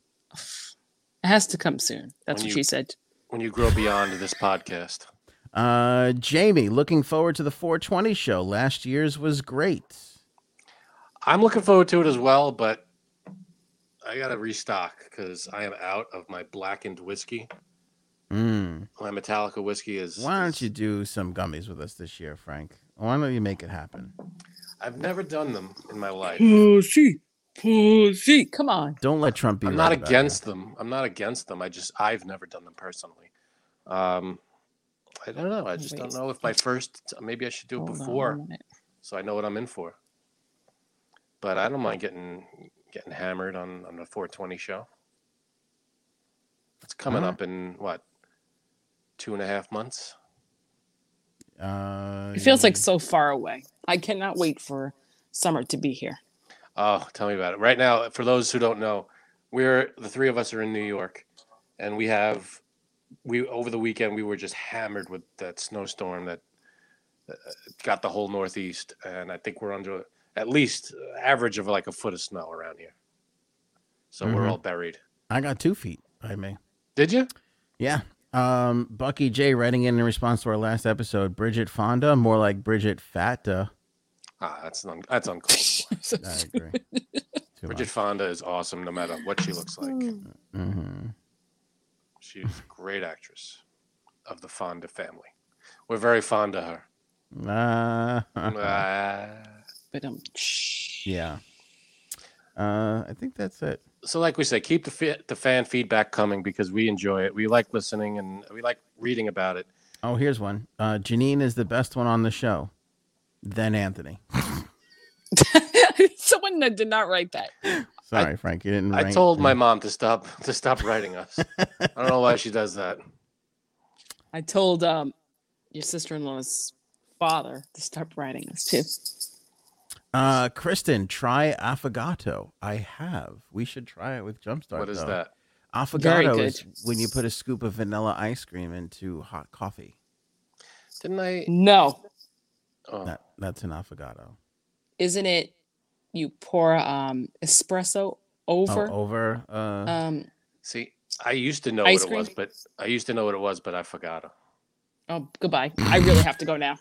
It has to come soon. That's When what you- she said. When you grow beyond this podcast. Uh, Jamie, looking forward to the 420 show. Last year's was great. I'm looking forward to it as well, but I gotta restock because I am out of my blackened whiskey. Mm. My Metallica whiskey is. Why don't is- you do some gummies with us this year, Frank? Why don't you make it happen? I've never done them in my life. Pussy, pussy. Come on. Don't let Trump be. I'm right not about against them. I'm not against them. I just I've never done them personally. Um, I don't know. I just don't Wait. know if my first. Maybe I should do it Hold on before a minute. so I know what I'm in for. But I don't mind getting getting hammered on on the 420 show. It's coming Alright. up in what two and a half months. that. Uh, It feels like so far away. I cannot wait for summer to be here. Oh, tell me about it. Right now, for those who don't know, we're the three of us are in New York, and we have we over the weekend we were just hammered with that snowstorm that uh, got the whole Northeast, and I think we're under at least uh, average of like a foot of snow around here. So we're Mhm. all buried. I got two feet by me. Did you? Yeah. Um, Bucky J writing in in response to our last episode. Bridget Fonda, more like Bridget Fatta. Ah, that's un- that's uncalled. for. I agree. Too Bridget Fonda is awesome, no matter what she looks like. Mm-hmm. She's a great actress of the Fonda family. We're very fond of her. Uh, Ah. But um, shh. yeah. Uh, I think that's it. so like we said keep the, fi- the fan feedback coming because we enjoy it we like listening and we like reading about it Oh, here's one. Uh, Janine is the best one on the show. Then Anthony. someone that did not write that. Sorry, Frank, you didn't. i rank told me. my mom to stop to stop writing us i don't know why she does that I told um your sister-in-law's father to stop writing this too. Uh, Kristen, try affogato. I have. We should try it with Jumpstart. what is though. that Very Affogato good. is when you put a scoop of vanilla ice cream into hot coffee. didn't i No, oh, That, that's an affogato. isn't it? You pour um espresso Oh, over over. Uh, um see i used to know Ice what it was cream. but i used to know what it was but i forgot it. Oh, goodbye. I really have to go now.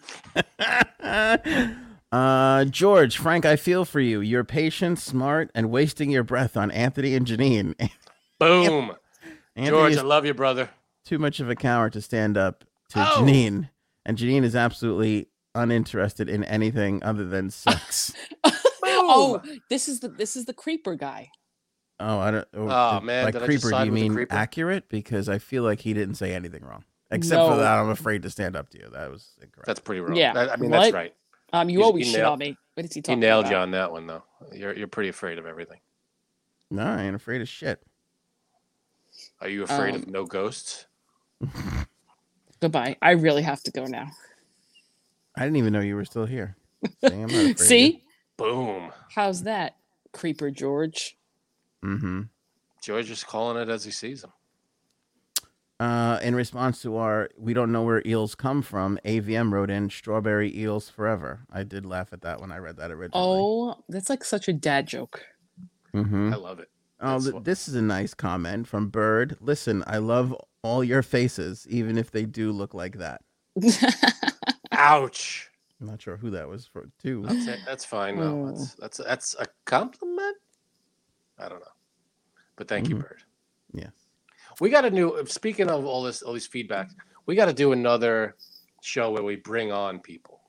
uh, George, Frank, I feel for you. You're patient, smart, and wasting your breath on Anthony and Janine. boom Anthony george is i love you brother too much of a coward to stand up to Oh. Janine, and Janine is absolutely uninterested in anything other than sex. oh, this is the this is the creeper guy. Oh, I don't. Oh, Aw, uh, man, by did I just creeper, side do you with the mean creeper? accurate? Because I feel like he didn't say anything wrong, except for No. that I'm afraid to stand up to you. That was incorrect. that's pretty wrong Yeah, That- i mean what? that's right Um, you He's- always he shit nailed- on me. What is he he talking nailed about? you on that one though you're, you're pretty afraid of everything no, I ain't afraid of shit. are you afraid of Um, no ghosts Goodbye. I really have to go now. I didn't even know you were still here. See, I'm not afraid of See? boom How's that, creeper George? you. Mm-hmm. george is calling it as he sees them Uh, in response to our, we don't know where eels come from. AVM wrote in strawberry eels forever. I did laugh at that when I read that originally. Oh, that's like such a dad joke. Mhm. i love it Oh, That's th- what- this is a nice comment from Bird. Listen, I love all your faces, even if they do look like that. ouch I'm not sure who that was for, too. That's it. That's fine. No, Oh. that's that's that's a compliment. I don't know, but thank you, Mhm. Bird. Yes. We got a new. Speaking of all this, all these feedbacks, we got to do another show where we bring on people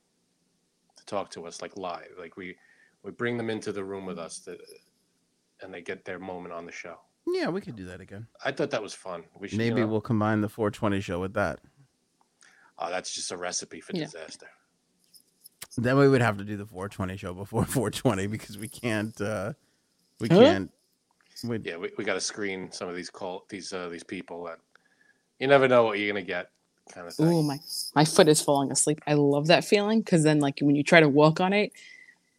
to talk to us, like live. Like we we bring them into the room with us, to, and they get their moment on the show. Yeah, we could do that again. I thought that was fun. We should you Maybe know- we'll combine the 420 show with that. Oh, that's just a recipe for Yeah. disaster. Then we would have to do the 420 show before 420 because we can't. uh We Huh? can't. We, Yeah, we, we got to screen some of these call these uh, these people that you never know what you're gonna get, kind of thing. Oh my my foot is falling asleep. I love that feeling because then like when you try to walk on it,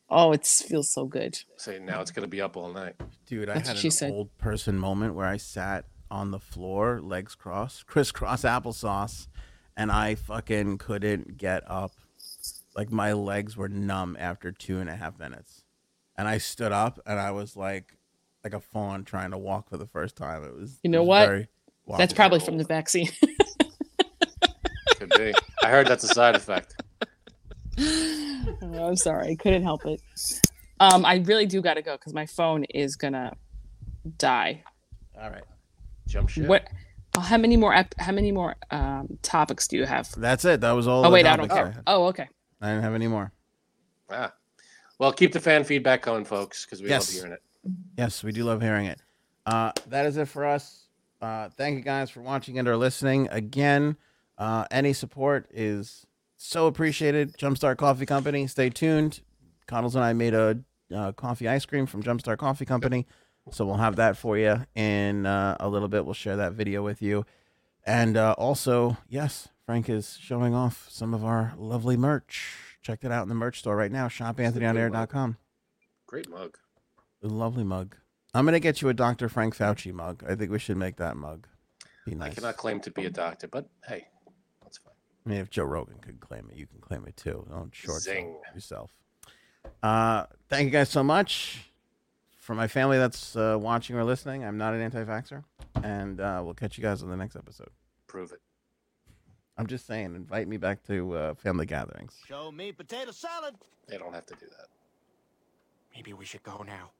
Oh, it feels so good. Say now it's gonna be up all night. Dude, I That's had what she an said. old person moment where I sat on the floor, legs crossed, crisscross applesauce, and I fucking couldn't get up. Like my legs were numb after two and a half minutes. And I stood up and I was like like a fawn trying to walk for the first time. It was You it know was what? very wobbly. That's probably from the vaccine. Could be. I heard that's a side effect. Oh, I'm sorry, I couldn't help it. Um, I really do gotta go because my phone is gonna die. all right. Jump ship. What? oh, how many more? ep- How many more um, topics do you have? That's it. That was all. Oh the wait, I don't topics care. had. Oh, okay. I didn't have any more. Ah. Well, keep the fan feedback going, folks, because we Yes. love hearing it. Yes, we do love hearing it. Uh, that is it for us. Uh, thank you guys for watching and or listening. Again, uh, any support is so appreciated. Jumpstart Coffee Company. Stay tuned. Connells and I made a uh, coffee ice cream from Jumpstart Coffee Company, so we'll have that for you in uh, a little bit. We'll share that video with you, and uh, also, yes, Frank is showing off some of our lovely merch. Check that out in the merch store right now. ShopAnthonyOnAir.com. Great mug. A lovely mug. I'm gonna get you a Dr. Frank Fauci mug. I think we should make that mug. Be nice. I cannot claim to be a doctor, but hey, that's fine. I mean, if Joe Rogan could claim it, you can claim it too. Don't short sell Zing. yourself. Uh, thank you guys so much for my family that's uh, watching or listening. I'm not an anti-vaxxer, and uh, we'll catch you guys on the next episode. Prove it. I'm just saying, invite me back to uh, family gatherings. Show me potato salad. They don't have to do that. Maybe we should go now.